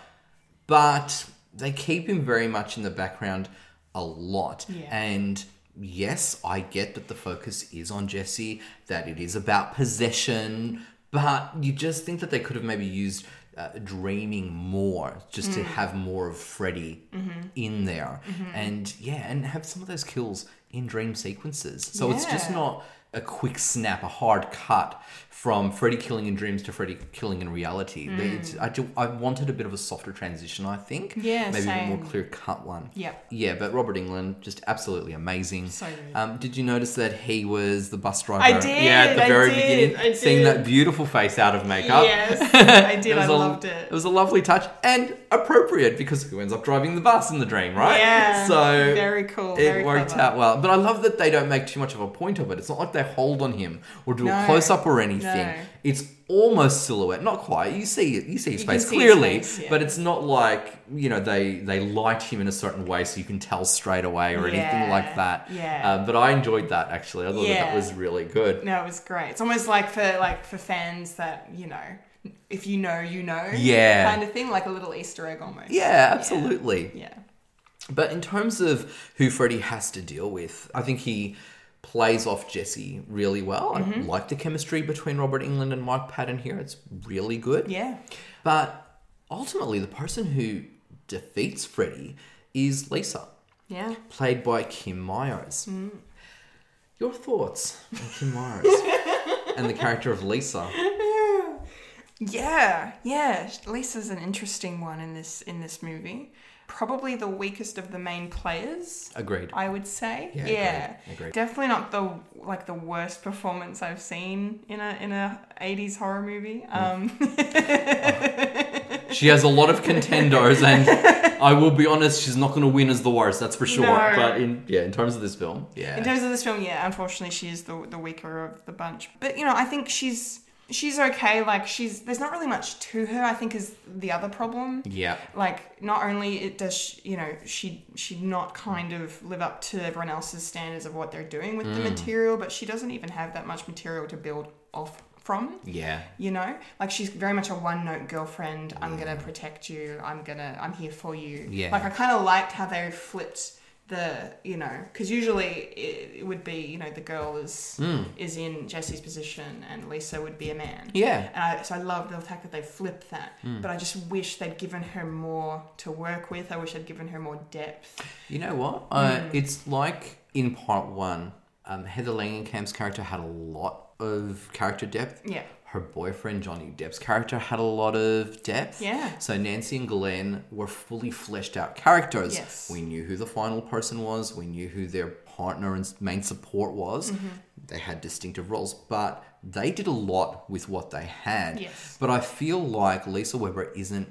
Speaker 7: But they keep him very much in the background a lot.
Speaker 8: Yeah.
Speaker 7: And yes, I get that the focus is on Jesse, that it is about possession. But you just think that they could have maybe used uh, dreaming more just
Speaker 8: Mm.
Speaker 7: to have more of Freddy
Speaker 8: Mm-hmm.
Speaker 7: in there. And yeah, and have some of those kills in dream sequences. So it's just
Speaker 8: Yeah.
Speaker 7: not a quick snap, a hard cut from Freddy killing in dreams to Freddy killing in reality. They-
Speaker 8: Hmm.
Speaker 7: it's- I, do, I wanted a bit of a softer transition, I think.
Speaker 8: Yeah,
Speaker 7: Maybe a
Speaker 8: same.
Speaker 7: more clear cut one.
Speaker 8: Yep.
Speaker 7: Yeah, but Robert England, just absolutely amazing.
Speaker 8: So good.
Speaker 7: Um, did you notice that he was the bus driver?
Speaker 8: I did,
Speaker 7: Yeah, at the
Speaker 8: I
Speaker 7: very
Speaker 8: did,
Speaker 7: beginning.
Speaker 8: I
Speaker 7: Seeing
Speaker 8: did.
Speaker 7: that beautiful face out of makeup.
Speaker 8: Yes, I did. I
Speaker 7: was a-
Speaker 8: loved it.
Speaker 7: It was a lovely touch and appropriate because who ends up driving the bus in the dream, right?
Speaker 8: Yeah.
Speaker 7: So
Speaker 8: Very cool,
Speaker 7: It
Speaker 8: very
Speaker 7: worked
Speaker 8: clever.
Speaker 7: out well. But I love that they don't make too much of a point of it. It's not like they hold on him or do
Speaker 8: No.
Speaker 7: a close up or anything.
Speaker 8: No.
Speaker 7: It's almost silhouette, not quite. You see, you see his
Speaker 8: You can
Speaker 7: face
Speaker 8: see his
Speaker 7: clearly,
Speaker 8: face, yeah.
Speaker 7: but it's not like you know they they light him in a certain way so you can tell straight away or
Speaker 8: Yeah,
Speaker 7: anything like that.
Speaker 8: yeah.
Speaker 7: Uh, but I enjoyed that actually. I thought that
Speaker 8: Yeah.
Speaker 7: that was really good.
Speaker 8: No, it was great. It's almost like for like for fans that you know, if you know, you know,
Speaker 7: Yeah.
Speaker 8: kind of thing, like a little Easter egg almost.
Speaker 7: Yeah, absolutely.
Speaker 8: yeah,
Speaker 7: But in terms of who Freddy has to deal with, I think he plays off Jesse really well.
Speaker 8: Mm-hmm.
Speaker 7: I like the chemistry between Robert England and Mike Patton here. It's really good.
Speaker 8: yeah.
Speaker 7: But ultimately, the person who defeats Freddy is Lisa,
Speaker 8: yeah.
Speaker 7: played by Kim Myers.
Speaker 8: Mm.
Speaker 7: Your thoughts on Kim Myers and the character of Lisa?
Speaker 8: Yeah, yeah. Lisa's an interesting one in this in this movie. Probably the weakest of the main players.
Speaker 7: Agreed.
Speaker 8: I would say. Yeah.
Speaker 7: Yeah, agreed, agreed.
Speaker 8: Definitely not the like the worst performance I've seen in a in a 80s horror movie.
Speaker 7: Mm.
Speaker 8: Um
Speaker 7: She has a lot of contenders, and I will be honest, she's not going to win as the worst. That's for sure.
Speaker 8: No.
Speaker 7: But in yeah, in terms of this film, yeah,
Speaker 8: In terms of this film, yeah, unfortunately, she is the the weaker of the bunch. But you know, I think she's she's okay. Like she's there's not really much to her. I think is the other problem.
Speaker 7: yeah,
Speaker 8: Like not only it does she, you know she she not kind of live up to everyone else's standards of what they're doing with
Speaker 7: Mm.
Speaker 8: the material, but she doesn't even have that much material to build off from.
Speaker 7: yeah,
Speaker 8: You know, like she's very much a one note girlfriend. I'm gonna protect you. I'm gonna. I'm here for you.
Speaker 7: Yeah.
Speaker 8: Like I kind of liked how they flipped the you know because usually it, it would be you know the girl is
Speaker 7: Hmm.
Speaker 8: is in Jesse's position and Lisa would be a man.
Speaker 7: Yeah. Hmm.
Speaker 8: And I, so I love the fact that they flipped that, but I just wish they'd given her more to work with. I wish they'd given her more depth.
Speaker 7: You know what? Uh,
Speaker 8: Mm.
Speaker 7: it's like in part one, um, Heather Langenkamp's character had a lot of character depth.
Speaker 8: Yeah.
Speaker 7: Her boyfriend Johnny Depp's character had a lot of depth.
Speaker 8: Yeah.
Speaker 7: So Nancy and Glenn were fully fleshed out characters.
Speaker 8: Yes.
Speaker 7: We knew who the final person was. We knew who their partner and main support was.
Speaker 8: Mm-hmm.
Speaker 7: They had distinctive roles, but they did a lot with what they had.
Speaker 8: Yes.
Speaker 7: But I feel like Lisa Weber isn't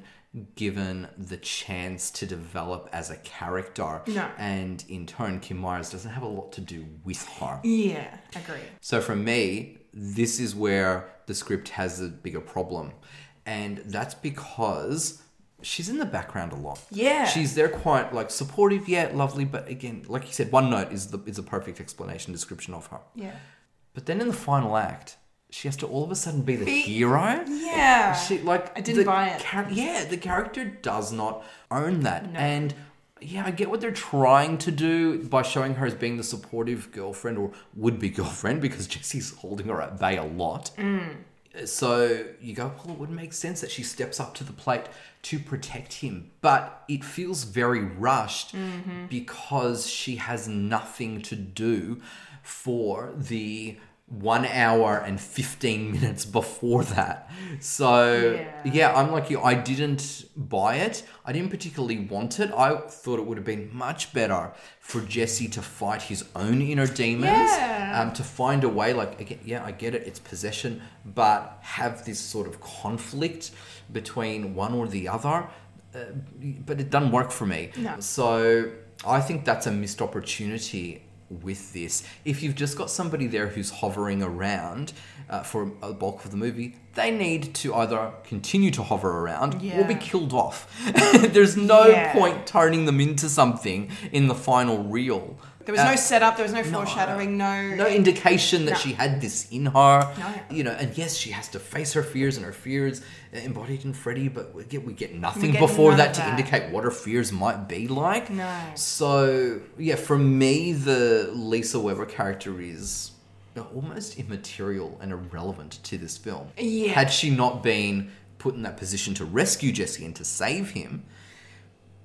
Speaker 7: given the chance to develop as a character.
Speaker 8: No.
Speaker 7: And in turn, Kim Myers doesn't have a lot to do with her.
Speaker 8: Yeah, agree.
Speaker 7: So for me, this is where the script has a bigger problem. And that's because she's in the background a lot.
Speaker 8: Yeah.
Speaker 7: She's there quite like supportive yet lovely, but again, like you said, one note is the is a perfect explanation description of her.
Speaker 8: Yeah.
Speaker 7: But then in the final act, she has to all of a sudden be the
Speaker 8: Be-
Speaker 7: hero.
Speaker 8: Yeah.
Speaker 7: She like
Speaker 8: I didn't
Speaker 7: the
Speaker 8: buy it.
Speaker 7: char- yeah, the character does not own that, and yeah, I get what they're trying to do by showing her as being the supportive girlfriend or would-be girlfriend because Jesse's holding her at bay a lot. So you go, well, it would make sense that she steps up to the plate to protect him, but it feels very rushed because she has nothing to do for the one hour and 15 minutes before that. So,
Speaker 8: Yeah.
Speaker 7: yeah. I'm like you, I didn't buy it. I didn't particularly want it. I thought it would have been much better for Jesse to fight his own inner demons
Speaker 8: Yeah.
Speaker 7: um, to find a way like again yeah i get it it's possession but have this sort of conflict between one or the other uh, but it doesn't work for me
Speaker 8: No.
Speaker 7: so i think that's a missed opportunity with this if you've just got somebody there who's hovering around uh, for a bulk of the movie they need to either continue to hover around or be
Speaker 8: Yeah.
Speaker 7: killed off there's no
Speaker 8: Yeah.
Speaker 7: point turning them into something in the final reel
Speaker 8: There was
Speaker 7: Uh,
Speaker 8: no setup. There was no foreshadowing. No.
Speaker 7: no indication that
Speaker 8: No.
Speaker 7: she had this in her.
Speaker 8: No.
Speaker 7: You know, and yes, she has to face her fears and her fears embodied in Freddy, but we get we get nothing
Speaker 8: get
Speaker 7: before
Speaker 8: none
Speaker 7: that
Speaker 8: of
Speaker 7: to
Speaker 8: that.
Speaker 7: indicate what her fears might be like.
Speaker 8: No.
Speaker 7: So yeah, for me, the Lisa Weber character is almost immaterial and irrelevant to this film.
Speaker 8: Yeah.
Speaker 7: Had she not been put in that position to rescue Jesse and to save him,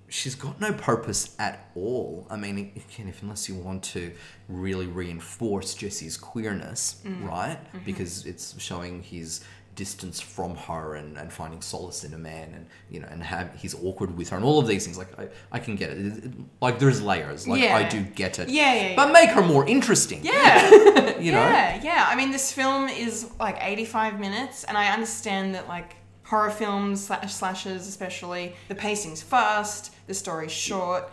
Speaker 7: she's got no purpose at all. I mean, again, if unless you want to really reinforce Jesse's queerness,
Speaker 8: Mm-hmm.
Speaker 7: right? Because it's showing his distance from her and, and finding solace in a man and you know and have he's awkward with her and all of these things like I, I can get it. It- it- like there's layers like I
Speaker 8: Yeah.
Speaker 7: do get it
Speaker 8: Yeah, yeah,
Speaker 7: but make her more interesting
Speaker 8: Yeah.
Speaker 7: you know
Speaker 8: Yeah, yeah. I mean, this film is like 85 minutes, and I understand that like horror films slash slashes, especially, the pacing's fast, the story's short.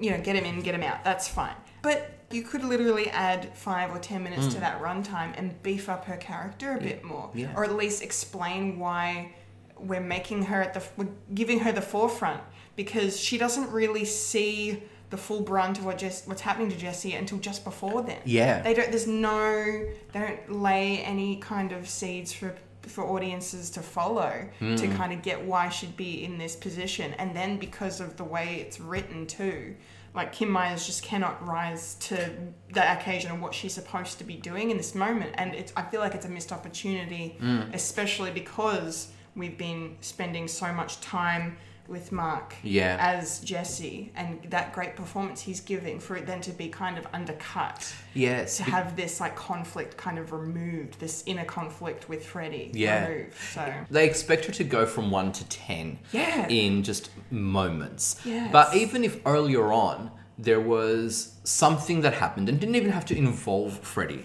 Speaker 8: You know, get him in, get him out. That's fine. But you could literally add five or ten minutes to that runtime and beef up her character a bit more,
Speaker 7: Mm. Yeah.
Speaker 8: or at least explain why we're making her at the we're giving her the forefront because she doesn't really see the full brunt of what Jess, what's happening to Jesse until just before then.
Speaker 7: Yeah.
Speaker 8: They don't there's no they don't lay any kind of seeds for for audiences to follow to kind of get why she'd be in this position and then because of the way it's written too like kim myers just cannot rise to the occasion of what she's supposed to be doing in this moment and it's i feel like it's a missed opportunity especially because we've been spending so much time with mark
Speaker 7: Yeah.
Speaker 8: as jesse and that great performance he's giving for it then to be kind of undercut
Speaker 7: yes
Speaker 8: to have this like conflict kind of removed, this inner conflict with Freddy
Speaker 7: Yeah.
Speaker 8: removed. So
Speaker 7: They expect her to go from one to ten
Speaker 8: Yeah.
Speaker 7: in just moments.
Speaker 8: Yes.
Speaker 7: But even if earlier on there was something that happened and didn't even have to involve Freddy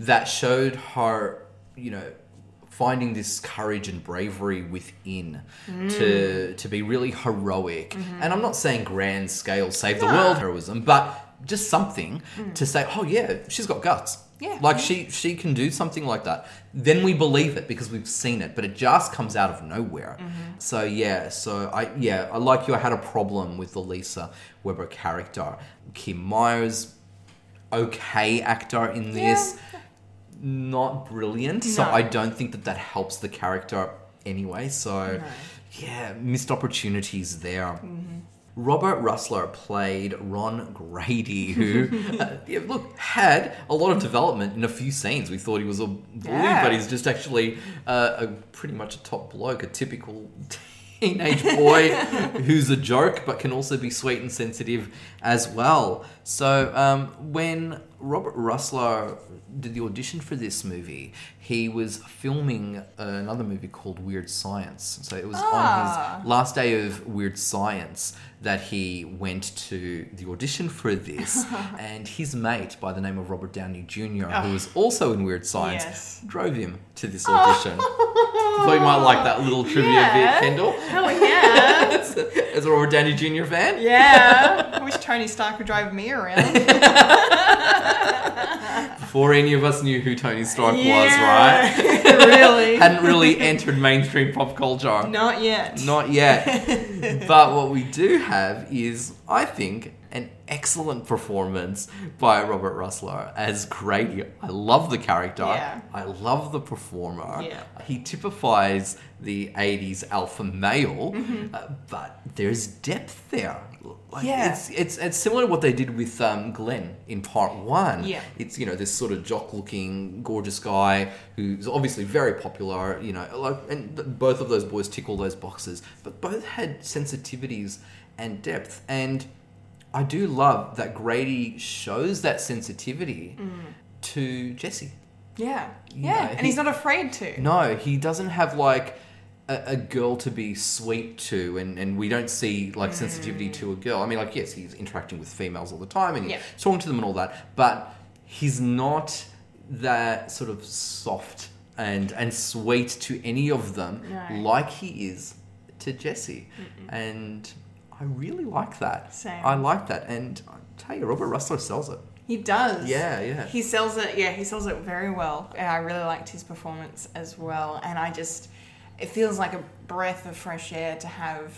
Speaker 7: that showed her, you know, finding this courage and bravery within to
Speaker 8: Mm.
Speaker 7: to be really heroic.
Speaker 8: Mm-hmm.
Speaker 7: And I'm not saying grand scale save the world heroism, but just something to say, oh yeah, she's got guts.
Speaker 8: Mm. Yeah.
Speaker 7: Like she she can do something like that. Then we believe it because we've seen it, but it just comes out of nowhere. So yeah, so I yeah, I like you I had a problem with the Lisa Weber character. Kim Myers okay actor in this. Not brilliant. So
Speaker 8: No.
Speaker 7: I don't think that that helps the
Speaker 8: Mm-hmm.
Speaker 7: character anyway. So yeah, missed opportunities there. Robert Russler played Ron Grady, who, uh, yeah, look, had a lot of development in a few scenes. We thought he was a bully,
Speaker 8: Yeah.
Speaker 7: but he's just actually uh, a, pretty much a top bloke, a typical teenage boy who's a joke, but can also be sweet and sensitive as well. So um, when Robert Russler did the audition for this movie, he was filming another movie called Weird Science. So it was on his last day of Weird Science that he went to the audition for this, and his mate by the name of Robert Downey Jr., who was also in Weird Science,
Speaker 8: Yes.
Speaker 7: drove him to this audition. So you might like that little trivia
Speaker 8: Oh. Yeah.
Speaker 7: bit, Kendall.
Speaker 8: Oh yeah.
Speaker 7: As as a Robert Downey Jr. fan.
Speaker 8: yeah. I wish Tony Stark would drive me around.
Speaker 7: Before any of us knew who Tony Stark was, right?
Speaker 8: really?
Speaker 7: Hadn't really entered mainstream pop culture.
Speaker 8: Not yet.
Speaker 7: Not yet. but what we do have is, I think, an excellent performance by Robert Russler as Grady. I love the character.
Speaker 8: Yeah.
Speaker 7: I love the performer.
Speaker 8: Yeah.
Speaker 7: He typifies the 80s alpha male, uh, but there's depth there. Like,
Speaker 8: Mm-hmm. Yeah.
Speaker 7: It's, it's, it's similar to what they did with um, Glenn in part one.
Speaker 8: Yeah.
Speaker 7: It's, you know, this sort of jock looking, gorgeous guy who's obviously very popular, you know, like, and th- both of those boys tick all those boxes, but both had sensitivities and depth. And I do love that Grady shows that sensitivity to Jesse.
Speaker 8: Yeah.
Speaker 7: You
Speaker 8: Yeah.
Speaker 7: know,
Speaker 8: and
Speaker 7: he-
Speaker 8: he's not afraid to.
Speaker 7: No, he doesn't have like a, a girl to be sweet to, and, and we don't see like
Speaker 8: Mm.
Speaker 7: sensitivity to a girl. I mean, like, yes, he's interacting with females all the time and
Speaker 8: Yeah.
Speaker 7: he's talking to them and all that, but he's not that sort of soft and, and sweet to any of them
Speaker 8: No.
Speaker 7: like he is to Jesse. And I really like that.
Speaker 8: Same.
Speaker 7: I like that. And I tell you, Robert Russell sells it.
Speaker 8: He does.
Speaker 7: Yeah, yeah.
Speaker 8: He sells it. Yeah, he sells it very well. And I really liked his performance as well. And I just, it feels like a breath of fresh air to have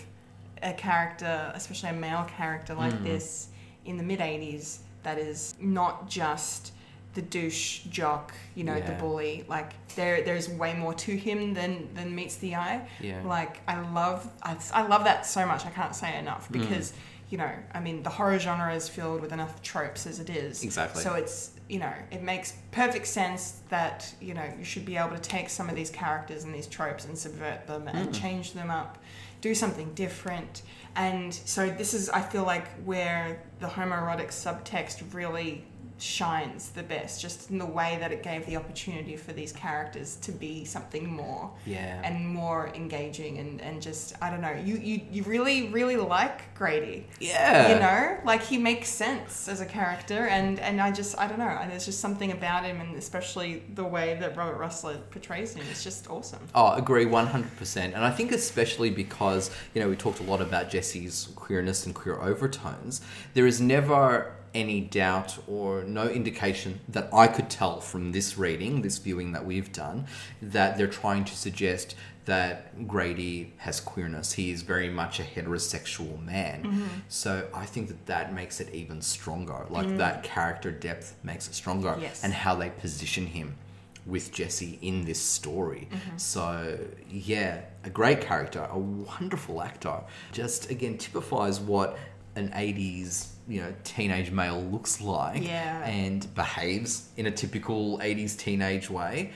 Speaker 8: a character, especially a male character like
Speaker 7: Mm.
Speaker 8: this in the mid '80s, that is not just the douche jock, you know, the
Speaker 7: Yeah.
Speaker 8: bully. Like there, there's way more to him than than meets the eye.
Speaker 7: Yeah.
Speaker 8: Like I love, I, I love that so much. I can't say it enough because. You know, I mean, the horror genre is filled with enough tropes as it is.
Speaker 7: Exactly.
Speaker 8: So it's you know it makes perfect sense that you know you should be able to take some of these characters and these tropes and subvert them and change them up, do something different. And so this is I feel like where the homoerotic subtext really shines the best, just in the way that it gave the opportunity for these characters to be something more
Speaker 7: Yeah.
Speaker 8: and more engaging and, and just I don't know you, you you really really like Grady
Speaker 7: Yeah.
Speaker 8: you know like he makes sense as a character and and i just i don't know and there's just something about him and especially the way that robert russell portrays him it's just awesome
Speaker 7: Oh, agree 100%. And I think especially because, you know, we talked a lot about Jesse's queerness and queer overtones, there is never any doubt or no indication that I could tell from this reading, this viewing that we've done, that they're trying to suggest that Grady has queerness. He is very much a heterosexual man. So I think that that makes it even stronger. Like that character depth makes it stronger
Speaker 8: Yes.
Speaker 7: and how they position him with Jesse in this story.
Speaker 8: Mm-hmm.
Speaker 7: So, yeah, a great character, a wonderful actor. Just again typifies what an 80s, you know, teenage male looks like
Speaker 8: Yeah.
Speaker 7: and behaves in a typical 80s teenage way,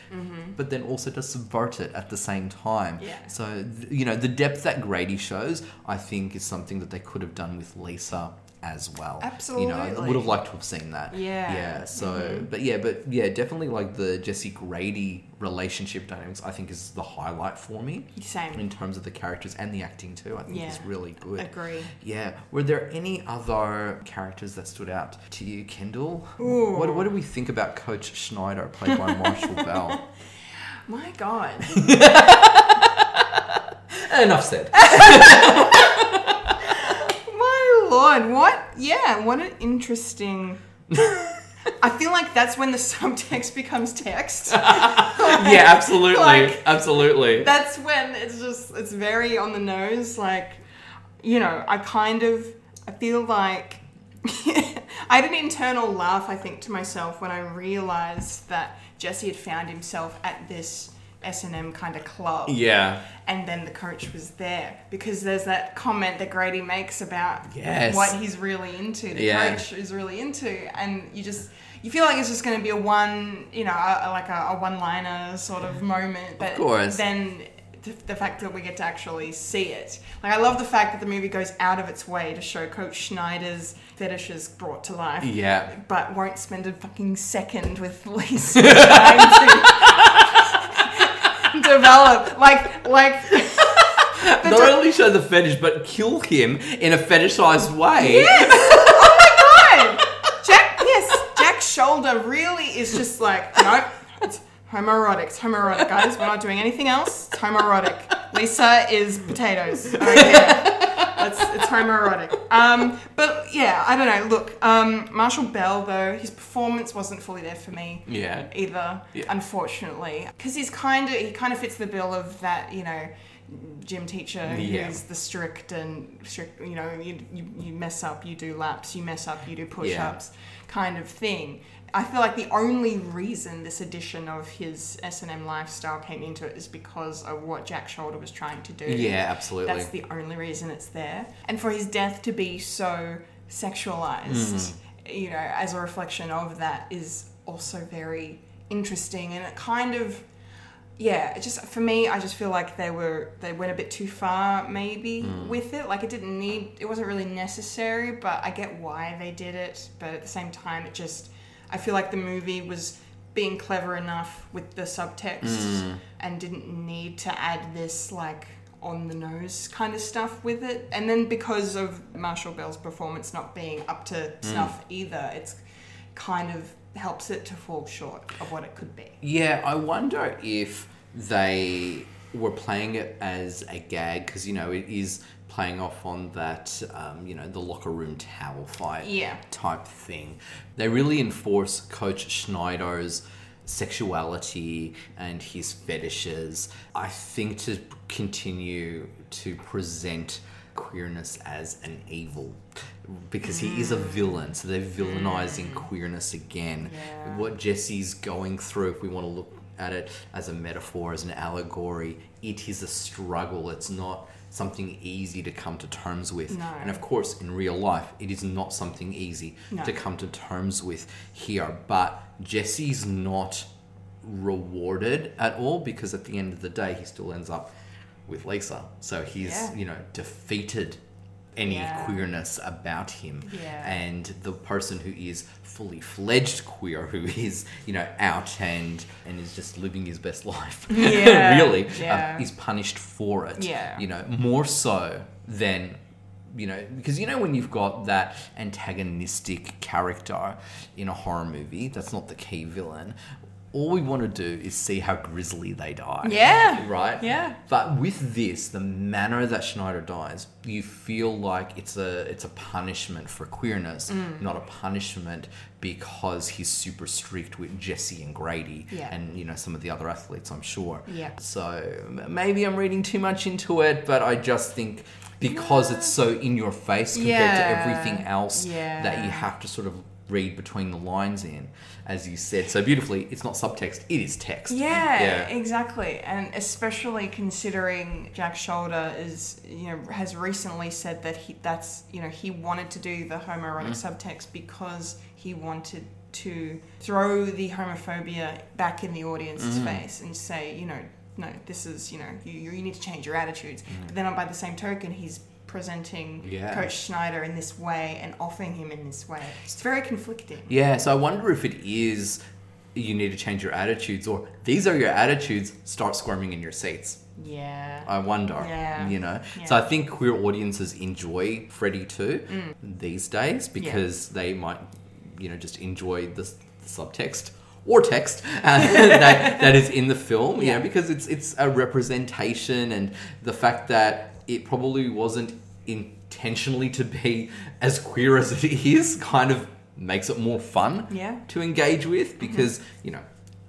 Speaker 7: but then also does subvert it at the same time.
Speaker 8: Mm-hmm. Yeah.
Speaker 7: So, th- you know, the depth that Grady shows, I think, is something that they could have done with Lisa as well. You know, I would have
Speaker 8: Absolutely.
Speaker 7: liked to have seen that.
Speaker 8: Yeah.
Speaker 7: Yeah. Uh, So,
Speaker 8: Mm-hmm.
Speaker 7: but yeah, but yeah, definitely like the Jesse Grady relationship dynamics, I think is the highlight for me.
Speaker 8: Same.
Speaker 7: In terms of the characters and the acting too, I think is
Speaker 8: Yeah.
Speaker 7: really good.
Speaker 8: Agree.
Speaker 7: Yeah. Were there any other characters that stood out to you, Kendall? What, what do we think about Coach Schneider, played by Marshall Bell?
Speaker 8: my god
Speaker 7: Enough said.
Speaker 8: my lord what yeah what an interesting i feel like that's when the subtext becomes text
Speaker 7: yeah, absolutely.
Speaker 8: Like-
Speaker 7: absolutely.
Speaker 8: that's when it's just it's very on the nose like you know i kind of i feel like i had an internal laugh i think to myself when i realized that jesse had found himself at this S&M kind of club.
Speaker 7: Yeah.
Speaker 8: And then the coach was there because there's that comment that Grady makes about
Speaker 7: Yes.
Speaker 8: what he's really into. The
Speaker 7: Yeah.
Speaker 8: coach is really into, and you just you feel like it's just going to be a one, you know, a, a- like a, a one-liner sort of moment. But
Speaker 7: course.
Speaker 8: then the, the fact that we get to actually see it, like I love the fact that the movie goes out of its way to show Coach Schneider's fetishes brought to life
Speaker 7: Yeah.
Speaker 8: but won't spend a fucking second with Lisa trying to develop like like
Speaker 7: Not only show the fetish, but kill him in a fetishized way.
Speaker 8: God! Jack yes, Jack's shoulder really is just like nope. It's homoerotic, it's homoerotic, guys. We're not doing anything else. It's homoerotic. Lisa is potatoes. I don't care. It's, it's homoerotic. Um, but yeah, I don't know. Look, um, Marshall Bell though, his performance wasn't fully there for me.
Speaker 7: Yeah.
Speaker 8: either,
Speaker 7: Yeah.
Speaker 8: unfortunately, because he's kind of he kind of fits the bill of that you know gym teacher
Speaker 7: Yeah.
Speaker 8: who's the strict and strict. You know, you, you you mess up, you do laps, you mess up, you do push-ups, kind of thing. I feel like the only reason this edition of his S and M lifestyle came into it is because of what Jack Shoulder was trying to do.
Speaker 7: Yeah, absolutely.
Speaker 8: That's the only reason it's there. And for his death to be so
Speaker 7: Hmm.
Speaker 8: sexualized, you know, as a reflection of that is also very interesting and it kind of yeah, it just for me I just feel like they were they went a bit too far maybe
Speaker 7: Hmm.
Speaker 8: with it. Like it didn't need it wasn't really necessary, but I get why they did it, but at the same time it just I feel like the movie was being clever enough with the subtext and didn't need to add this like on the nose kind of stuff with it. And then because of Marshall Bell's performance not being up to snuff either, it's kind of helps it to fall short of what it could be.
Speaker 7: Yeah, I wonder if they were playing it as a gag because you know it is playing off on that um, you know the locker room towel fight
Speaker 8: Yeah.
Speaker 7: type thing. They really enforce Coach Schneider's sexuality and his fetishes. I think to continue to present queerness as an evil because he is a villain so they're villainizing queerness again what jesse's going through if we want to look at it as a metaphor as an allegory it is a struggle it's not something easy to come to terms with
Speaker 8: No.
Speaker 7: and of course in real life it is not something easy
Speaker 8: No.
Speaker 7: to come to terms with here but jesse's not rewarded at all because at the end of the day he still ends up with lisa so he's
Speaker 8: Yeah.
Speaker 7: you know defeated any
Speaker 8: Yeah.
Speaker 7: queerness about him
Speaker 8: Yeah.
Speaker 7: and the person who is fully fledged queer who is you know out and and is just living his best life
Speaker 8: Yeah.
Speaker 7: really
Speaker 8: Yeah.
Speaker 7: um, is punished for it
Speaker 8: Yeah.
Speaker 7: you know more so than you know because you know when you've got that antagonistic character in a horror movie that's not the key villain all we want to do is see how grisly they die
Speaker 8: Yeah.
Speaker 7: right
Speaker 8: Yeah.
Speaker 7: but with this, the manner that Schneider dies, you feel like it's a it's a punishment for queerness,
Speaker 8: Mm.
Speaker 7: not a punishment because he's super strict with Jesse and Grady
Speaker 8: Yeah.
Speaker 7: and you know some of the other athletes, I'm sure.
Speaker 8: Yeah.
Speaker 7: So m- maybe I'm reading too much into it, but I just think because it's so in your face compared
Speaker 8: Yeah.
Speaker 7: to everything else that you
Speaker 8: Yeah.
Speaker 7: have to sort of read between the lines in as you said so beautifully it's not subtext it is text
Speaker 8: Yeah, exactly. And especially considering Jack Shoulder is, you know, has recently said that he that's, you know, he wanted to do the homoerotic
Speaker 7: Mm.
Speaker 8: subtext because he wanted to throw the homophobia back in the audience's
Speaker 7: Mm-hmm.
Speaker 8: face and say, you know, no, this is, you know, you, you need to change your attitudes. But then by the same token, he's presenting
Speaker 7: Mm-hmm. Yeah.
Speaker 8: Coach Schneider in this way and offering him in this way. It's very conflicting.
Speaker 7: Yeah, so I wonder if it is you need to change your attitudes or these are your attitudes, start squirming in your seats.
Speaker 8: Yeah.
Speaker 7: I wonder.
Speaker 8: Yeah.
Speaker 7: You know?
Speaker 8: Yeah.
Speaker 7: So I think queer audiences enjoy Freddy too
Speaker 8: Mm.
Speaker 7: these days because they might, you know, just enjoy the, s- the subtext or text uh, that, that is in the film, you know, because it's, it's a representation and the fact that it probably wasn't intentionally to be as queer as it is kind of makes it more fun
Speaker 8: Yeah.
Speaker 7: to engage with because you know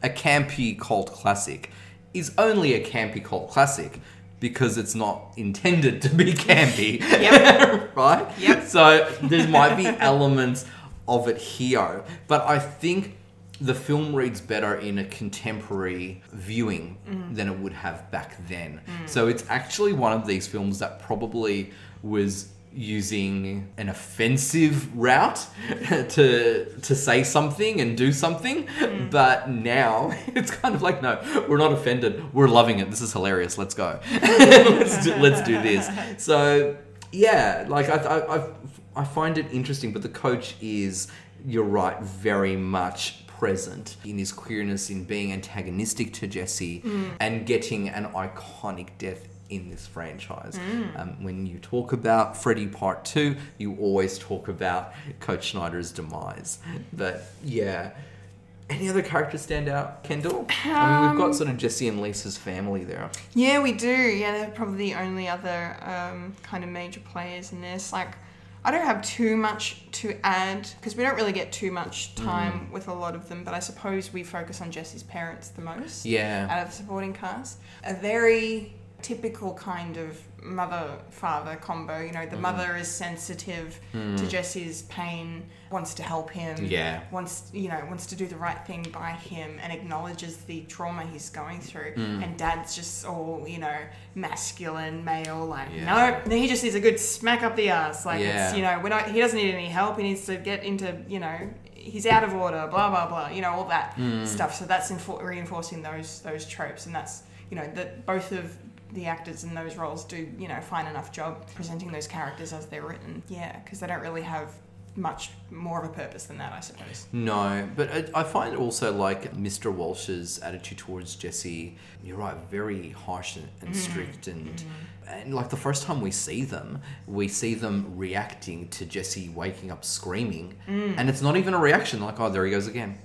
Speaker 7: a campy cult classic is only a campy cult classic because it's not intended to be campy right so there might be elements of it here but i think the film reads better in a contemporary viewing than it would have back then. So it's actually one of these films that probably was using an offensive route to to say something and do something but now it's kind of like no we're not offended we're loving it this is hilarious let's go let's, do, let's do this so yeah like I, I, I, I find it interesting but the coach is you're right very much present in his queerness in being antagonistic to jesse and getting an iconic death in this franchise um, when you talk about freddy part two you always talk about coach schneider's demise but yeah any other characters stand out kendall i mean we've got sort of jesse and lisa's family there
Speaker 8: Yeah, we do. Yeah, they're probably the only other um, kind of major players in this. Like, I don't have too much to add because we don't really get too much time with a lot of them, but I suppose we focus on Jesse's parents the most
Speaker 7: Yeah.
Speaker 8: out of the supporting cast. A very typical kind of mother father combo. You
Speaker 7: Mm-hmm.
Speaker 8: know, the mother is sensitive to Jesse's pain, wants to help him,
Speaker 7: Hmm. Yeah.
Speaker 8: wants you know wants to do the right thing by him and acknowledges the trauma he's going through
Speaker 7: Hmm.
Speaker 8: and dad's just all you know masculine male like
Speaker 7: Yeah.
Speaker 8: nope no he just needs a good smack up the ass like
Speaker 7: Yeah.
Speaker 8: it's, you know we're not he doesn't need any help he needs to get into you know he's out of order blah blah blah you know all that
Speaker 7: Hmm.
Speaker 8: stuff so that's infor- reinforcing those those tropes and that's you know that both of the actors in those roles do you know fine enough job presenting those characters as they're written yeah because they don't really have much more of a purpose than that i suppose
Speaker 7: No, but I, I find also like Mr. Walsh's attitude towards Jesse. You're right, very harsh and, and strict, and and like the first time we see them, we see them reacting to Jesse waking up screaming, and it's not even a reaction. Like, oh, there he goes again.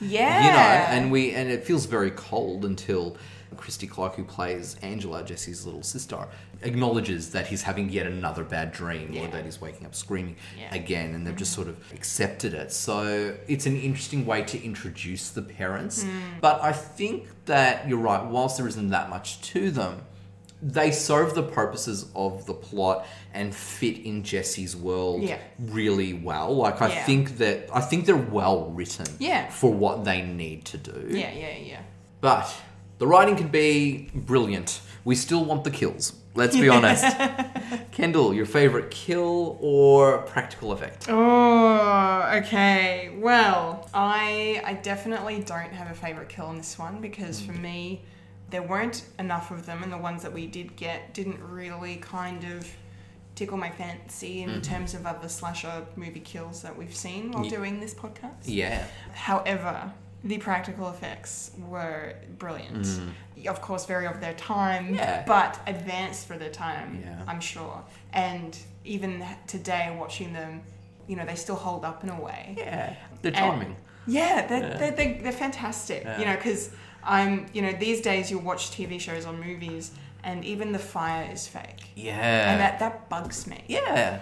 Speaker 8: Yeah.
Speaker 7: you know and we and it feels very cold until christy clark who plays angela jesse's little sister acknowledges that he's having yet another bad dream or that he's waking up screaming again and they've
Speaker 8: Mm.
Speaker 7: just sort of accepted it so it's an interesting way to introduce the parents but i think that you're right whilst there isn't that much to them they serve the purposes of the plot and fit in Jesse's world
Speaker 8: Yeah.
Speaker 7: really well. Like I
Speaker 8: Yeah.
Speaker 7: think that I think they're well written
Speaker 8: Yeah.
Speaker 7: for what they need to do.
Speaker 8: yeah, yeah, yeah.
Speaker 7: But the writing can be brilliant. We still want the kills. Let's be honest. Kendall, your favorite kill or practical effect?
Speaker 8: Oh, okay. Well, I I definitely don't have a favorite kill in this one because for me, there weren't enough of them, and the ones that we did get didn't really kind of tickle my fancy in terms of other slasher movie kills that we've seen while doing this podcast.
Speaker 7: Yeah.
Speaker 8: However, the practical effects were brilliant. Of course, very of their time,
Speaker 7: Mm. Yeah.
Speaker 8: but advanced for their time,
Speaker 7: Yeah.
Speaker 8: I'm sure. And even today, watching them, you know, they still hold up in a way.
Speaker 7: Yeah. They're
Speaker 8: And-
Speaker 7: charming.
Speaker 8: Yeah, they're, They're, they're, they're fantastic. You know, because I'm, you know, these days you'll watch TV shows or movies and even the fire is fake.
Speaker 7: yeah.
Speaker 8: And that, Uh, that bugs me
Speaker 7: yeah.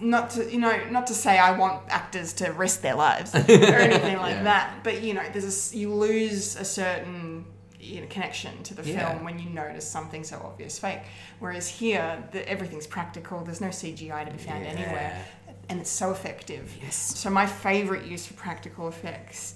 Speaker 8: not to you know not to say I want actors to risk their lives or anything like
Speaker 7: Yeah.
Speaker 8: that, but you know there's a, s- you lose a certain you know, connection to the
Speaker 7: Yeah.
Speaker 8: film when you notice something so obvious fake. Whereas here, the, everything's practical. There's no CGI to be found
Speaker 7: Yeah.
Speaker 8: anywhere, and it's so effective. Yes. So my favorite use for practical effects.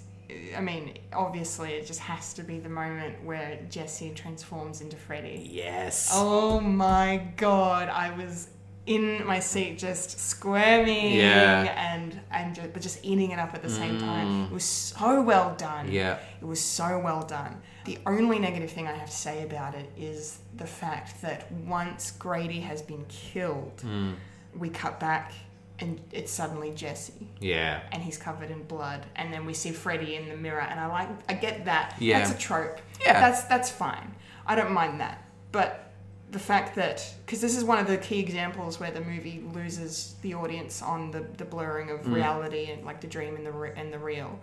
Speaker 8: I mean, obviously, it just has to be the moment where Jesse transforms into Freddy.
Speaker 7: Yes.
Speaker 8: Oh my god, I was in my seat just squirming
Speaker 7: Yeah.
Speaker 8: and and just, but just eating it up at the same time. It was so well done.
Speaker 7: Yeah.
Speaker 8: It was so well done. The only negative thing I have to say about it is the fact that once Grady has been killed, we cut back and it's suddenly Jesse
Speaker 7: Yeah.
Speaker 8: and he's covered in blood and then we see Freddy in the mirror and I like I get that.
Speaker 7: Yeah.
Speaker 8: That's a trope.
Speaker 7: Yeah.
Speaker 8: That's that's fine. I don't mind that. But the fact that because this is one of the key examples where the movie loses the audience on the, the blurring of
Speaker 7: Mm.
Speaker 8: reality and like the dream and the re- and the real.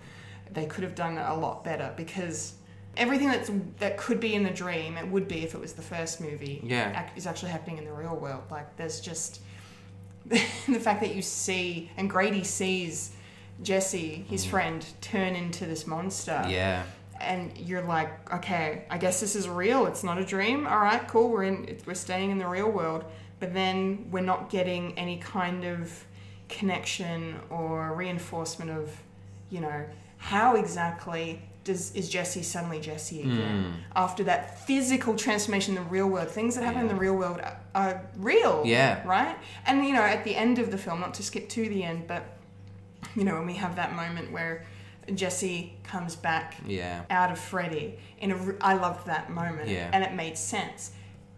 Speaker 8: They could have done a lot better because everything that's that could be in the dream it would be if it was the first movie
Speaker 7: Yeah.
Speaker 8: ac- is actually happening in the real world. Like there's just the fact that you see and Grady sees Jesse, his friend, turn into this monster.
Speaker 7: Yeah.
Speaker 8: And you're like, okay, I guess this is real. It's not a dream. All right, cool. We're in. We're staying in the real world. But then we're not getting any kind of connection or reinforcement of, you know, how exactly does is Jesse suddenly Jesse
Speaker 7: Hmm.
Speaker 8: again after that physical transformation in the real world? Things that happen in the real world are, are real,
Speaker 7: Yeah.
Speaker 8: right? And you know, at the end of the film, not to skip to the end, but you know, when we have that moment where Jesse comes back
Speaker 7: Yeah.
Speaker 8: out of Freddy in a r- I loved that moment
Speaker 7: Yeah.
Speaker 8: and it made sense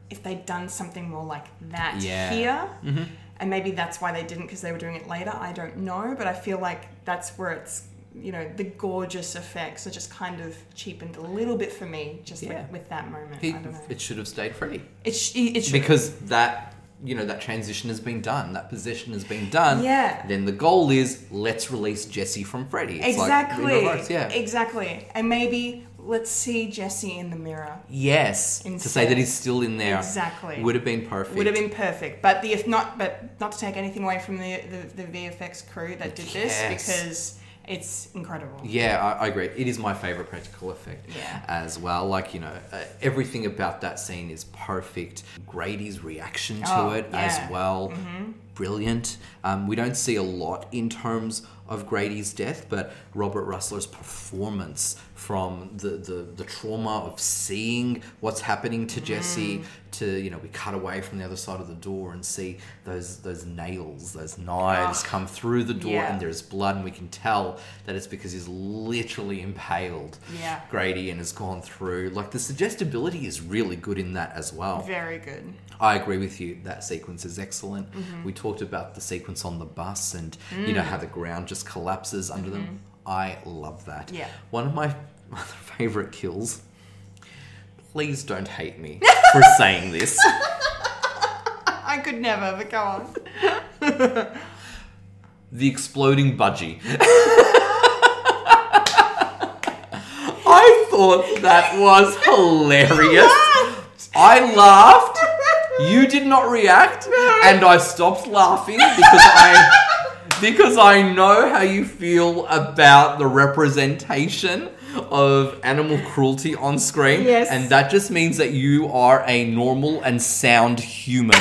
Speaker 8: if they'd done something more like that
Speaker 7: Yeah. Mm-hmm.
Speaker 8: here and maybe that's why they didn't because they were doing it later I don't know but I feel like that's where it's you know the gorgeous effects are just kind of cheapened a little bit for me just
Speaker 7: Yeah.
Speaker 8: with, with that moment
Speaker 7: He-
Speaker 8: I don't know
Speaker 7: it should have stayed free
Speaker 8: it, sh- it should
Speaker 7: because that you know that transition has been done, that position has been done.
Speaker 8: Yeah.
Speaker 7: Then the goal is let's release Jesse from Freddy. It's like in
Speaker 8: exactly
Speaker 7: reverse, yeah.
Speaker 8: exactly and maybe let's see Jesse in the mirror
Speaker 7: yes. To say that
Speaker 8: Instead.
Speaker 7: he's still in there.
Speaker 8: Exactly.
Speaker 7: Would have been perfect.
Speaker 8: would have been perfect. But the if not, but not to take anything away from the the, the VFX crew that did this
Speaker 7: Yes.
Speaker 8: because it's incredible.
Speaker 7: Yeah, I, I agree. It is my favorite practical effect
Speaker 8: Yeah.
Speaker 7: as well. Like, you know, uh, everything about that scene is perfect. Grady's reaction to
Speaker 8: Oh,
Speaker 7: it
Speaker 8: yeah.
Speaker 7: as well.
Speaker 8: Mm-hmm.
Speaker 7: Brilliant. Um, we don't see a lot in terms of Grady's death, but Robert Russler's performance from the, the, the trauma of seeing what's happening to
Speaker 8: Mm.
Speaker 7: Jesse to, you know, we cut away from the other side of the door and see those those nails, those knives come through the door
Speaker 8: Yeah.
Speaker 7: and they're there's blood, and we can tell that it's because he's literally impaled
Speaker 8: Yeah.
Speaker 7: Grady and has gone through. Like the suggestibility is really good in that as well.
Speaker 8: Very good.
Speaker 7: I agree with you. That sequence is excellent. We talked about the sequence on the bus and you know how the ground just collapses under them. I love that.
Speaker 8: Yeah.
Speaker 7: One of my other favorite kills. Please don't hate me for saying this.
Speaker 8: I could never, but go on.
Speaker 7: The exploding budgie. I thought that was hilarious. I laughed. You did not react, and I stopped laughing because I because I know how you feel about the representation of animal cruelty on screen.
Speaker 8: Yes.
Speaker 7: And that just means that you are a normal and sound human.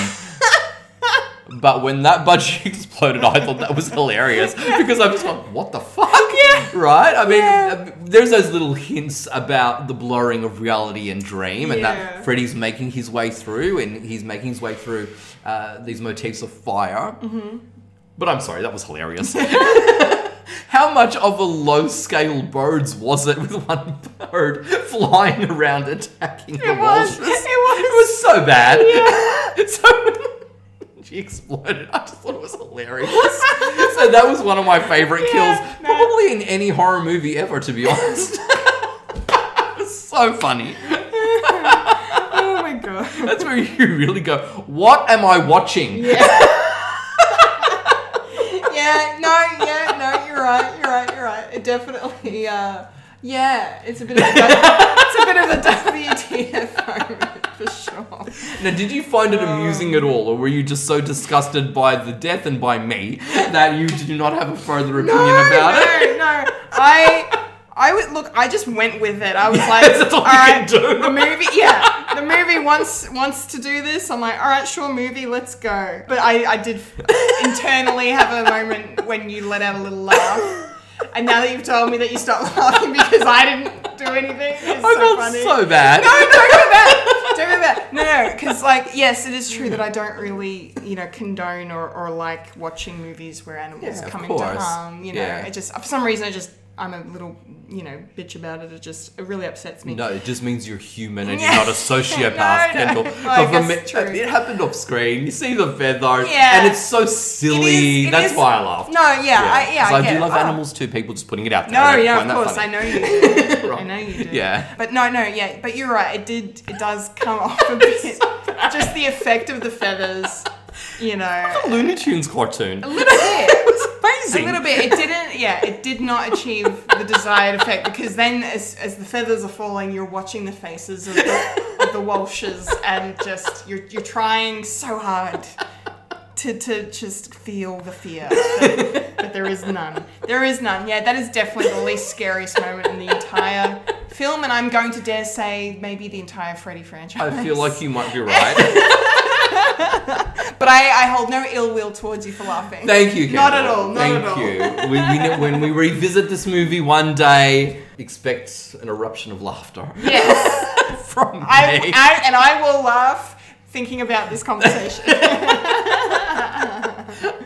Speaker 7: But when that budgie exploded, I thought that was hilarious because I'm just like, what the fuck? Yeah. Right? I mean, uh, there's those little hints about the blurring of reality and dream, and
Speaker 8: Yeah.
Speaker 7: that Freddy's making his way through, and he's making his way through uh, these motifs of fire. But I'm sorry, that was hilarious. How much of a low scale birds was it with one bird flying around attacking the
Speaker 8: It
Speaker 7: walrus?
Speaker 8: was. It was.
Speaker 7: It was so bad. Yeah. so when she exploded, I just thought it was hilarious. so that was one of my favorite
Speaker 8: Yeah,
Speaker 7: kills,
Speaker 8: no.
Speaker 7: probably in any horror movie ever, to be honest. it was so funny.
Speaker 8: Oh my god.
Speaker 7: That's where you really go, what am I watching?
Speaker 8: Yeah. No. Yeah. No. You're right. You're right. You're right. It definitely. Uh, yeah. It's a bit of a, it's a bit of a WTF moment for sure.
Speaker 7: Now, did you find it amusing
Speaker 8: Um.
Speaker 7: at all, or were you just so disgusted by the death and by me that you do not have a further opinion about
Speaker 8: no,
Speaker 7: it?
Speaker 8: No, I, I would look. I just went with it. I was like,
Speaker 7: that's all you
Speaker 8: "Alright,
Speaker 7: can do."
Speaker 8: The movie, yeah, the movie wants wants to do this. I'm like, all right, sure, movie, let's go. But I, I did internally have a moment when you let out a little laugh. And now that you've told me that you stopped laughing because I didn't do anything, it's
Speaker 7: I
Speaker 8: so
Speaker 7: felt
Speaker 8: funny.
Speaker 7: so bad.
Speaker 8: Don't go back. Don't go back. No, no, because like, yes, it is true that I don't really, you know, condone or, or like watching movies where animals
Speaker 7: Yeah, of
Speaker 8: come into
Speaker 7: course.
Speaker 8: harm. You know,
Speaker 7: Yeah.
Speaker 8: it just for some reason I just I'm a little, you know, bitch about it. It just it really upsets me.
Speaker 7: No, it just means you're human and
Speaker 8: Yeah.
Speaker 7: you're not a sociopath,
Speaker 8: No, no.
Speaker 7: Kendall.
Speaker 8: Well, I
Speaker 7: But for
Speaker 8: guess
Speaker 7: me-
Speaker 8: true.
Speaker 7: it happened off screen. You see the feathers,
Speaker 8: Yeah.
Speaker 7: and it's so
Speaker 8: It is-
Speaker 7: silly.
Speaker 8: it
Speaker 7: That's
Speaker 8: is-
Speaker 7: why I laughed.
Speaker 8: No, yeah, I, yeah,
Speaker 7: 'Cause
Speaker 8: I,
Speaker 7: do
Speaker 8: get it.
Speaker 7: love
Speaker 8: Oh.
Speaker 7: animals too. People just putting it out there.
Speaker 8: No,
Speaker 7: I don't
Speaker 8: Oh, yeah,
Speaker 7: find
Speaker 8: of
Speaker 7: that
Speaker 8: course,
Speaker 7: funny.
Speaker 8: I know you. do. I know you do.
Speaker 7: Yeah.
Speaker 8: but no, no, yeah, but you're right. It did. It does come off a bit. just the effect of the feathers, you know.
Speaker 7: Looney Tunes cartoon.
Speaker 8: A little bit.
Speaker 7: It's amazing.
Speaker 8: A little bit. It didn't. Yeah, it did not achieve the desired effect because then, as, as the feathers are falling, you're watching the faces of the, of the Walshes and just you're you're trying so hard to to just feel the fear, but, but there is none. There is none. Yeah, that is definitely the least scariest moment in the entire film, and I'm going to dare say maybe the entire Freddy franchise.
Speaker 7: I feel like you might be right.
Speaker 8: But I, I hold no ill will towards you for laughing.
Speaker 7: Thank you.
Speaker 8: Not at
Speaker 7: Kendall.
Speaker 8: all. Not
Speaker 7: Thank
Speaker 8: at all.
Speaker 7: you. We, we, know- when we revisit this movie one day, expect an eruption of laughter
Speaker 8: Yes.
Speaker 7: from me.
Speaker 8: I, I, and I will laugh thinking about this conversation.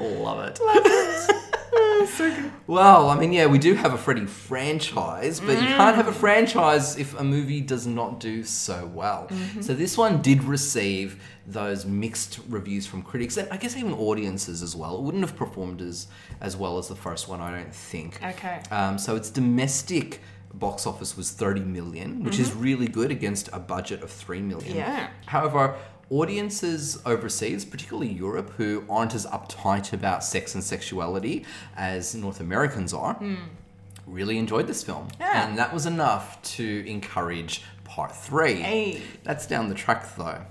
Speaker 7: Love it. Love it.
Speaker 8: Oh,
Speaker 7: Well, I mean, yeah, we do have a Freddy franchise, but you can't
Speaker 8: Mm.
Speaker 7: have a franchise if a movie does not do so well.
Speaker 8: Mm-hmm.
Speaker 7: So this one did receive those mixed reviews from critics and I guess even audiences as well. It wouldn't have performed as as well as the first one, I don't think.
Speaker 8: Okay.
Speaker 7: Um, so its domestic box office was 30 million, which is really good against a budget of 3 million.
Speaker 8: Mm-hmm. Yeah.
Speaker 7: However, audiences overseas, particularly Europe, who aren't as uptight about sex and sexuality as North Americans are, really enjoyed this film.
Speaker 8: Hmm. Yeah.
Speaker 7: And that was enough to encourage part three.
Speaker 8: Hey.
Speaker 7: That's down the track though.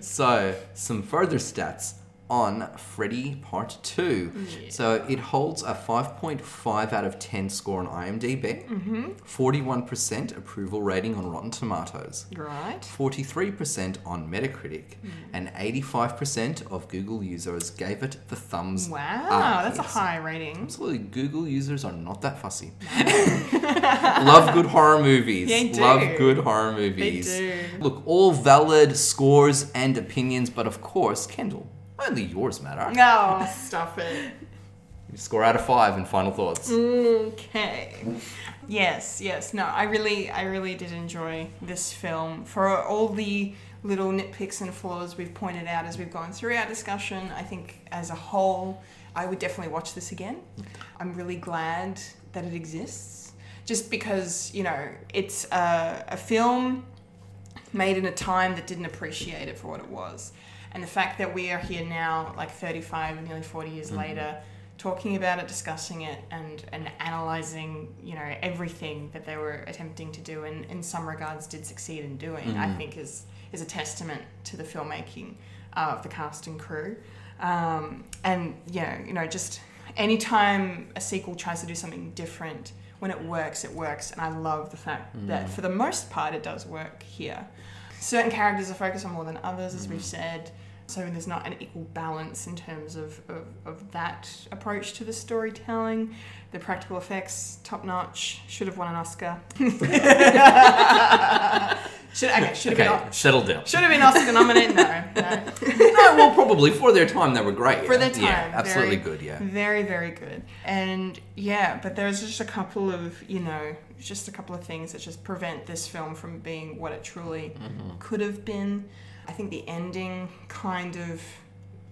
Speaker 7: So, some further stats on Freddy Part 2. So, it holds a 5.5 out of 10 score on IMDb,
Speaker 8: Mm-hmm.
Speaker 7: 41% approval rating on Rotten Tomatoes,
Speaker 8: right.
Speaker 7: 43% on Metacritic,
Speaker 8: Mm.
Speaker 7: and 85% of Google users gave it the thumbs
Speaker 8: Wow,
Speaker 7: up.
Speaker 8: that's a
Speaker 7: Yes.
Speaker 8: high rating.
Speaker 7: Absolutely, Google users are not that fussy. Love good horror movies.
Speaker 8: They do.
Speaker 7: Love good horror movies.
Speaker 8: do.
Speaker 7: Look, all valid scores and opinions, but of course, Kendall, only yours matter.
Speaker 8: No, stop it.
Speaker 7: You score out of five in final thoughts.
Speaker 8: Mm. Okay. Yes, yes. No, I really, I really did enjoy this film for all the little nitpicks and flaws we've pointed out as we've gone through our discussion. I think as a whole, I would definitely watch this again. I'm really glad that it exists, just because you know it's a, a film made in a time that didn't appreciate it for what it was. And the fact that we are here now, like 35, nearly 40 years later, talking about it, discussing it, and, and analyzing, you know, everything that they were attempting to do and in some regards did succeed in doing, I think is, is a testament to the filmmaking uh, of the cast and crew. Um, and, you know, you know, just anytime a sequel tries to do something different, when it works, it works. And I love the fact that for the most part, it does work here. Certain characters are focused on more than others, as we've said. So there's not an equal balance in terms of, of, of that approach to the storytelling. The practical effects, top notch, should have won an Oscar. should, okay, should have
Speaker 7: Okay,
Speaker 8: been.
Speaker 7: settle down.
Speaker 8: Should have been Oscar nominated. No, no.
Speaker 7: No, well, probably for their time, they were great.
Speaker 8: for their time.
Speaker 7: Yeah, absolutely
Speaker 8: Very-
Speaker 7: good, yeah.
Speaker 8: Very, very good. And yeah, but there's just a couple of, you know, just a couple of things that just prevent this film from being what it truly
Speaker 7: Mm-hmm.
Speaker 8: could have been. I think the ending kind of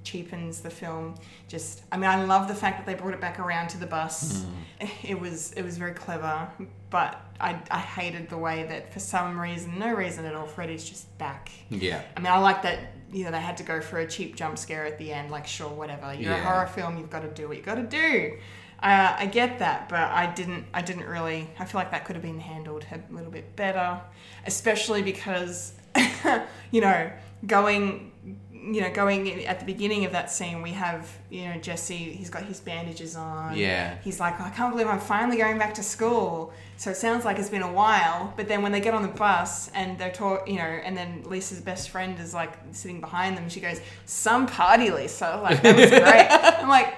Speaker 8: cheapens the film. Just I mean, I love the fact that they brought it back around to the bus.
Speaker 7: Mm-hmm.
Speaker 8: It was it was very clever, but I, I hated the way that for some reason, no reason at all, Freddy's just back.
Speaker 7: Yeah.
Speaker 8: I mean, I like that. You know, they had to go for a cheap jump scare at the end. Like, sure, whatever. You're
Speaker 7: Yeah.
Speaker 8: a horror film. You've got to do what you got to do. Uh, I get that, but I didn't. I didn't really. I feel like that could have been handled a little bit better, especially because, you know, going, you know, going in- at the beginning of that scene, we have, you know, Jesse. He's got his bandages on.
Speaker 7: Yeah.
Speaker 8: He's like, "Oh, I can't believe I'm finally going back to school. So it sounds like it's been a while. But then when they get on the bus and they're talk, you know, and then Lisa's best friend is like sitting behind them. She goes, "Some party, Lisa." Like that was great. I'm like,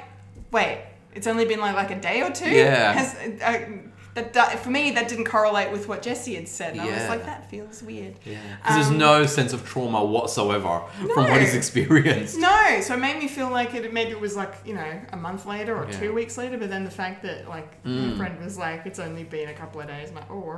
Speaker 8: wait, it's only been like like a day or two.
Speaker 7: Yeah.
Speaker 8: Has, I, that, do- for me, that didn't correlate with what Jesse had said. And I was
Speaker 7: Yeah.
Speaker 8: like, that feels weird.
Speaker 7: Because there's no sense of trauma whatsoever from
Speaker 8: Um, No.
Speaker 7: what he's experienced.
Speaker 8: No, so it made me feel like it. Maybe it was like you know a month later or
Speaker 7: Yeah.
Speaker 8: two weeks later, but then the fact that like my friend was like, it's only been a couple of days. I'm like, oh, all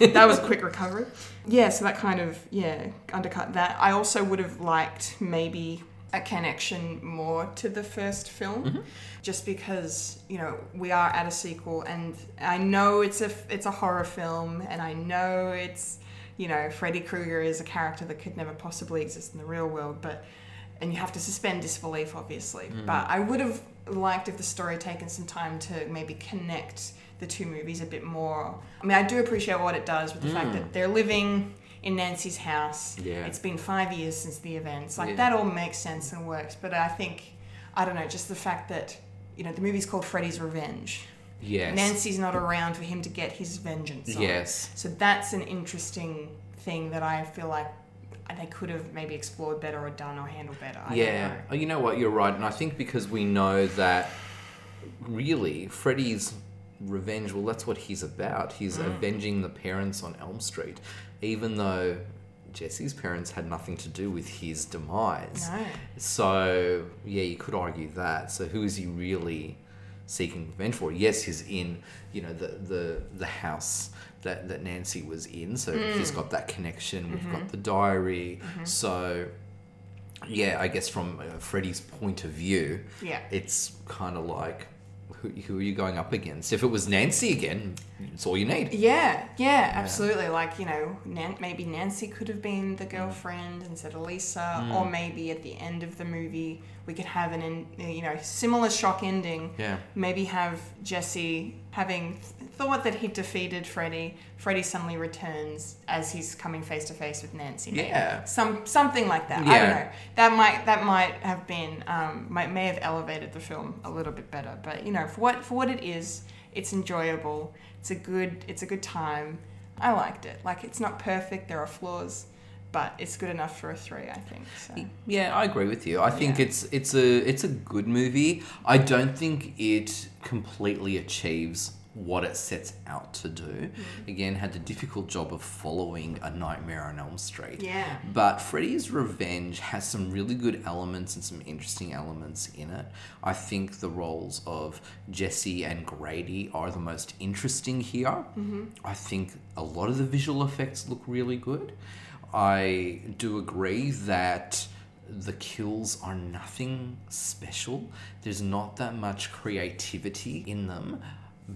Speaker 8: right, that was a quick recovery. Yeah, so that kind of yeah undercut that. I also would have liked maybe a connection more to the first film, just because you know we are at a sequel, and I know it's a it's a horror film, and I know it's you know Freddy Krueger is a character that could never possibly exist in the real world, but and you have to suspend disbelief obviously but i would have liked if the story had taken some time to maybe connect the two movies a bit more i mean i do appreciate what it does with the fact that they're living in nancy's house
Speaker 7: Yeah.
Speaker 8: it's been five years since the events like that all makes sense and works but i think i don't know just the fact that you know the movie's called freddy's revenge
Speaker 7: Yes.
Speaker 8: nancy's not around for him to get his vengeance on.
Speaker 7: Yes.
Speaker 8: So that's an interesting thing that I feel like they could have maybe explored better or done or handled better. I
Speaker 7: Yeah,
Speaker 8: Don't know.
Speaker 7: Oh, you know what? You're right, and I think because we know that really Freddy's revenge. Well, that's what he's about.
Speaker 8: Mm.
Speaker 7: He's avenging the parents on Elm Street, even though Jesse's parents had nothing to do with his demise.
Speaker 8: No.
Speaker 7: So yeah, you could argue that. So who is he really seeking revenge for? Yes, he's in you know the the the house that that Nancy was in. So
Speaker 8: Mm.
Speaker 7: he's got that connection. We've
Speaker 8: Mm-hmm.
Speaker 7: got the diary. So yeah, I guess from uh, Freddy's point of view,
Speaker 8: Yeah.
Speaker 7: it's kind of like. Who, who are you going up against? If it was Nancy again, it's all you need.
Speaker 8: Yeah, yeah, absolutely. Like, you know, Nan- maybe Nancy could have been
Speaker 7: Mm.
Speaker 8: the girlfriend instead of Lisa, or maybe at the end of the movie, we could have an, en- you know, similar shock ending.
Speaker 7: Yeah.
Speaker 8: Maybe have Jesse having th- thought that he defeated Freddy. Freddy suddenly returns as he's coming face to face with Nancy. maybe.
Speaker 7: Yeah.
Speaker 8: Some, something like that. I don't
Speaker 7: Yeah.
Speaker 8: know. That might, that might have been, um, might, may have elevated the film a little bit better. But, you know, for what, for what it is, it's enjoyable it's a good it's a good time i liked it like it's not perfect there are flaws but it's good enough for a three i think so
Speaker 7: Yeah, I agree with you. I think it's it's a it's a good movie. I don't think it completely achieves what it sets out to do. Again, had the difficult job of following a Nightmare on Elm Street.
Speaker 8: Yeah.
Speaker 7: But Freddy's Revenge has some really good elements and some interesting elements in it. I think the roles of Jesse and Grady are the most interesting here. I think a lot of the visual effects look really good. I do agree that the kills are nothing special, there's not that much creativity in them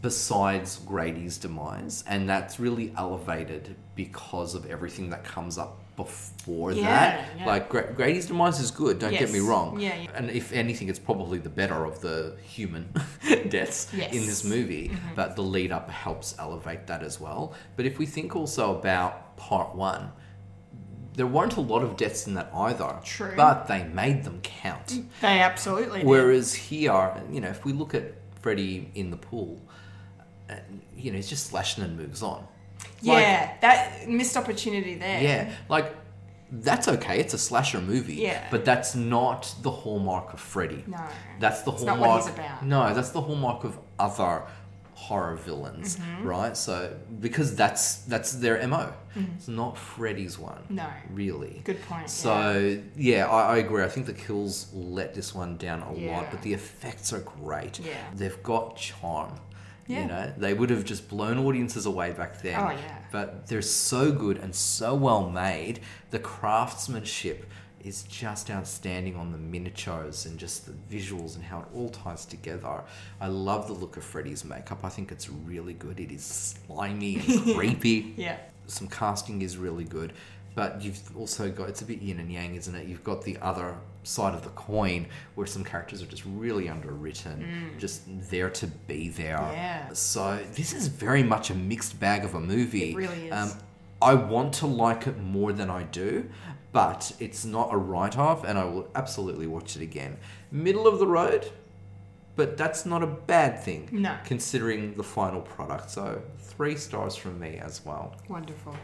Speaker 7: besides Grady's demise, and that's really elevated because of everything that comes up before
Speaker 8: Yeah,
Speaker 7: that.
Speaker 8: yeah.
Speaker 7: Like Gra- Grady's demise is good. Don't get me
Speaker 8: Yes.
Speaker 7: wrong.
Speaker 8: Yeah, yeah.
Speaker 7: And if anything, it's probably the better of the human deaths
Speaker 8: Yes. Mm-hmm.
Speaker 7: in this movie. But the lead up helps elevate that as well. But if we think also about part one. There weren't a lot of deaths in that either.
Speaker 8: True.
Speaker 7: But they made them count.
Speaker 8: they absolutely did.
Speaker 7: Whereas here, you know, if we look at Freddy in the pool, uh, you know, he's just slashing and moves on.
Speaker 8: yeah that missed opportunity there
Speaker 7: Like, yeah. Like, that's okay. It's a slasher movie.
Speaker 8: Yeah.
Speaker 7: But that's not the hallmark of Freddy.
Speaker 8: No.
Speaker 7: That's the
Speaker 8: It's not
Speaker 7: hallmark.
Speaker 8: what he's about.
Speaker 7: No, that's the hallmark of other horror villains,
Speaker 8: Mm-hmm.
Speaker 7: right? So because that's that's their mo. It's not Freddy's one.
Speaker 8: Mm-hmm. No.
Speaker 7: Really.
Speaker 8: Good point,
Speaker 7: So yeah, I, I agree. I think the kills let this one down a
Speaker 8: Yeah.
Speaker 7: lot, but the effects are great.
Speaker 8: Yeah.
Speaker 7: They've got charm.
Speaker 8: Yeah.
Speaker 7: You know, they would have just blown audiences away back then.
Speaker 8: Oh, yeah.
Speaker 7: But they're so good and so well made. The craftsmanship is just outstanding on the miniatures and just the visuals and how it all ties together. I love the look of Freddy's makeup. I think it's really good. It is slimy and creepy.
Speaker 8: yeah
Speaker 7: Some casting is really good. But you've also got, it's a bit yin and yang, isn't it? You've got the other side of the coin where some characters are just really underwritten, just there to be there.
Speaker 8: Mm. Yeah.
Speaker 7: So this is very much a mixed bag of a movie. Um,
Speaker 8: It really is.
Speaker 7: I want to like it more than I do, but it's not a write off, and I will absolutely watch it again. Middle of the road, but that's not a bad thing.
Speaker 8: No.
Speaker 7: Considering the final product. So, three stars from me as well.
Speaker 8: wonderful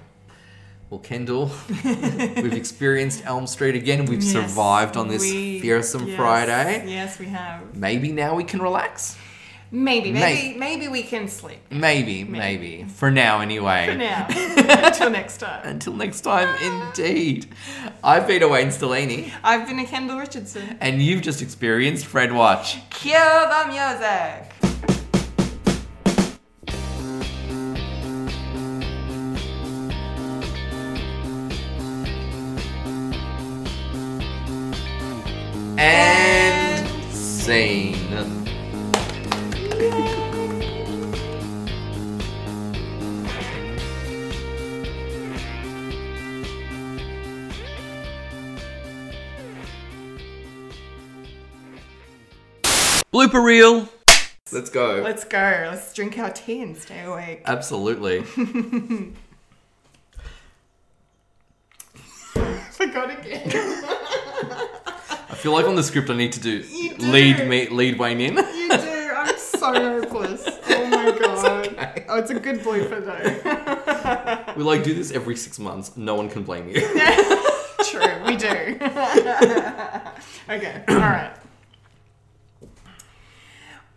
Speaker 7: Well, Kendall, we've experienced Elm Street again. We've survived on this
Speaker 8: we-
Speaker 7: fearsome
Speaker 8: yes,
Speaker 7: Friday.
Speaker 8: yes we have
Speaker 7: Maybe now we can relax.
Speaker 8: maybe maybe
Speaker 7: May-
Speaker 8: maybe we can sleep
Speaker 7: Maybe, maybe. For now, anyway.
Speaker 8: for now until next time
Speaker 7: Until next time, indeed. I've been Wayne Stellini,
Speaker 8: i've been a kendall richardson
Speaker 7: and you've just experienced Fred Watch.
Speaker 8: cue the music
Speaker 7: And scene. Blooper reel. Let's go.
Speaker 8: let's go let's drink our tea and stay awake
Speaker 7: Absolutely.
Speaker 8: forgot again
Speaker 7: I feel like on the script I need to do
Speaker 8: You do.
Speaker 7: lead me lead Wayne in.
Speaker 8: You do. I'm so hopeless. Oh my god. Oh, it's a good blooper though.
Speaker 7: We like do this every six months. No one can blame you.
Speaker 8: Okay, all right.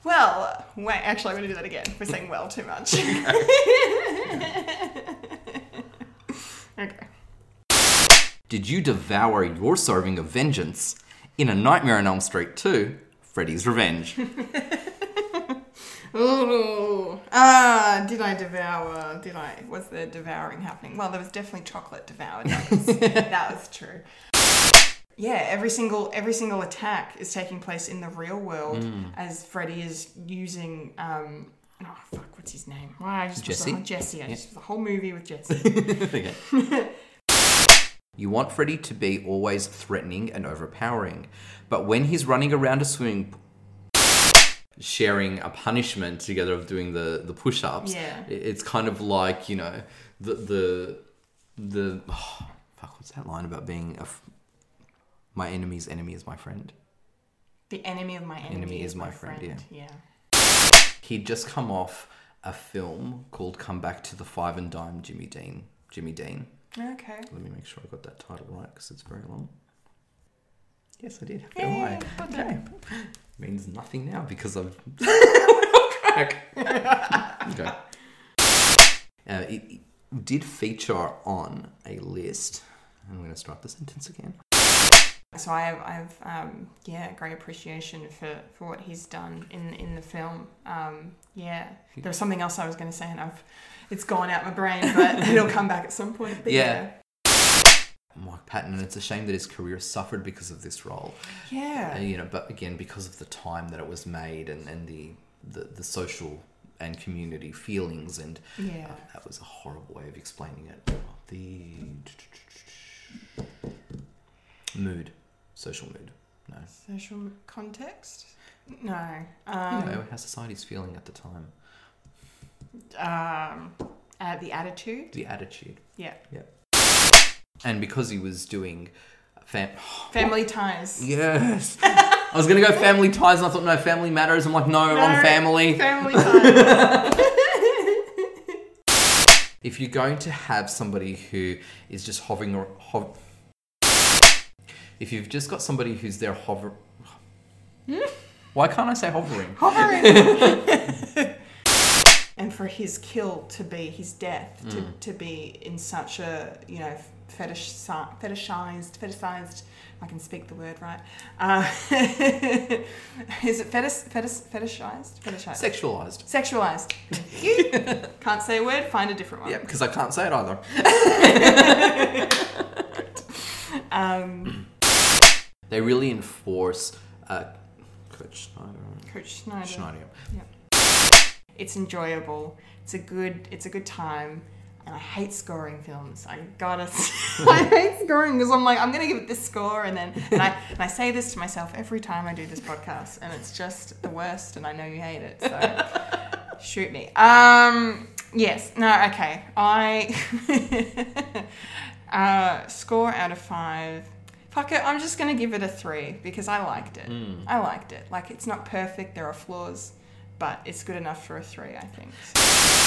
Speaker 8: Well, wait, actually, I'm going to do that again. We're saying well too much. okay.
Speaker 7: Did you devour your serving of vengeance in A Nightmare on Elm Street 2, Freddy's Revenge?
Speaker 8: Ooh. Ah, did I devour? Did I? Was there devouring happening? Well, there was definitely chocolate devoured. That was, that was true. Yeah, every single every single attack is taking place in the real world as Freddy is using. Um, oh fuck, what's his name? Why I just watched
Speaker 7: Jesse?
Speaker 8: the whole- Jesse. I just watched the whole movie with Jesse.
Speaker 7: Okay. you want Freddy to be always threatening and overpowering, but when he's running around a swimming p- sharing a punishment together of doing the, the push-ups,
Speaker 8: Yeah.
Speaker 7: i- it's kind of like, you know, the the the oh, fuck what's that line about being a f- my enemy's enemy is my friend.
Speaker 8: the enemy of my enemy, is my, friend. Yeah.
Speaker 7: He'd just come off a film called Come Back to the Five and Dime Jimmy Dean. Jimmy Dean.
Speaker 8: Okay.
Speaker 7: Let me make sure I got that title right because it's very long. Yes, I did.
Speaker 8: Yay,
Speaker 7: Why?
Speaker 8: well done.
Speaker 7: Okay. Means nothing now because I've okay. Uh, it, it did feature on a list. I'm going to start the sentence again.
Speaker 8: So I have, I have um, yeah, great appreciation for, for what he's done in in the film. Um, yeah, there was something else I was going to say, and I've it's gone out my brain, but it'll come back at some point. But
Speaker 7: Yeah. Mike Patton, and it's a shame that his career suffered because of this role.
Speaker 8: yeah,
Speaker 7: Uh,
Speaker 8: yeah.
Speaker 7: you know, but again, because of the time that it was made and, and the, the, the social and community feelings, and
Speaker 8: Yeah.
Speaker 7: uh, that was a horrible way of explaining it. The mood, social mood. No,
Speaker 8: Social context? No.
Speaker 7: you
Speaker 8: Um,
Speaker 7: know, Oh, how society's feeling at the time,
Speaker 8: um, uh, the attitude.
Speaker 7: the attitude.
Speaker 8: Yeah.
Speaker 7: Yeah, and because he was doing. Fam-
Speaker 8: Family ties.
Speaker 7: yes, I was gonna go family ties, and I thought no, family matters. I'm like no, wrong
Speaker 8: No,
Speaker 7: family.
Speaker 8: Family ties.
Speaker 7: If you're going to have somebody who is just hovering, or hov- if you've just got somebody who's there hover, why can't I say hovering?
Speaker 8: and for his kill to be his death to,
Speaker 7: Mm.
Speaker 8: to be in such a you know fetish fetishized fetishized I can speak the word right uh, is it fetish fetish fetishized fetishized
Speaker 7: Sexualized.
Speaker 8: sexualized You can't say a word find a different one
Speaker 7: Yeah, because I can't say it either.
Speaker 8: um,
Speaker 7: They really enforce uh, Coach Schneider.
Speaker 8: Coach Schneider
Speaker 7: Schneider.
Speaker 8: it's enjoyable it's a good it's a good time and I hate scoring films. I gotta, I hate scoring because I'm like, I'm gonna give it this score, and then and I and I say this to myself every time I do this podcast, and it's just the worst, and I know you hate it, so shoot me. Um, yes, no, okay, I uh, score out of five. Fuck it, I'm just gonna give it a three because I liked it. I liked it. Like it's not perfect, there are flaws, but it's good enough for a three, I think.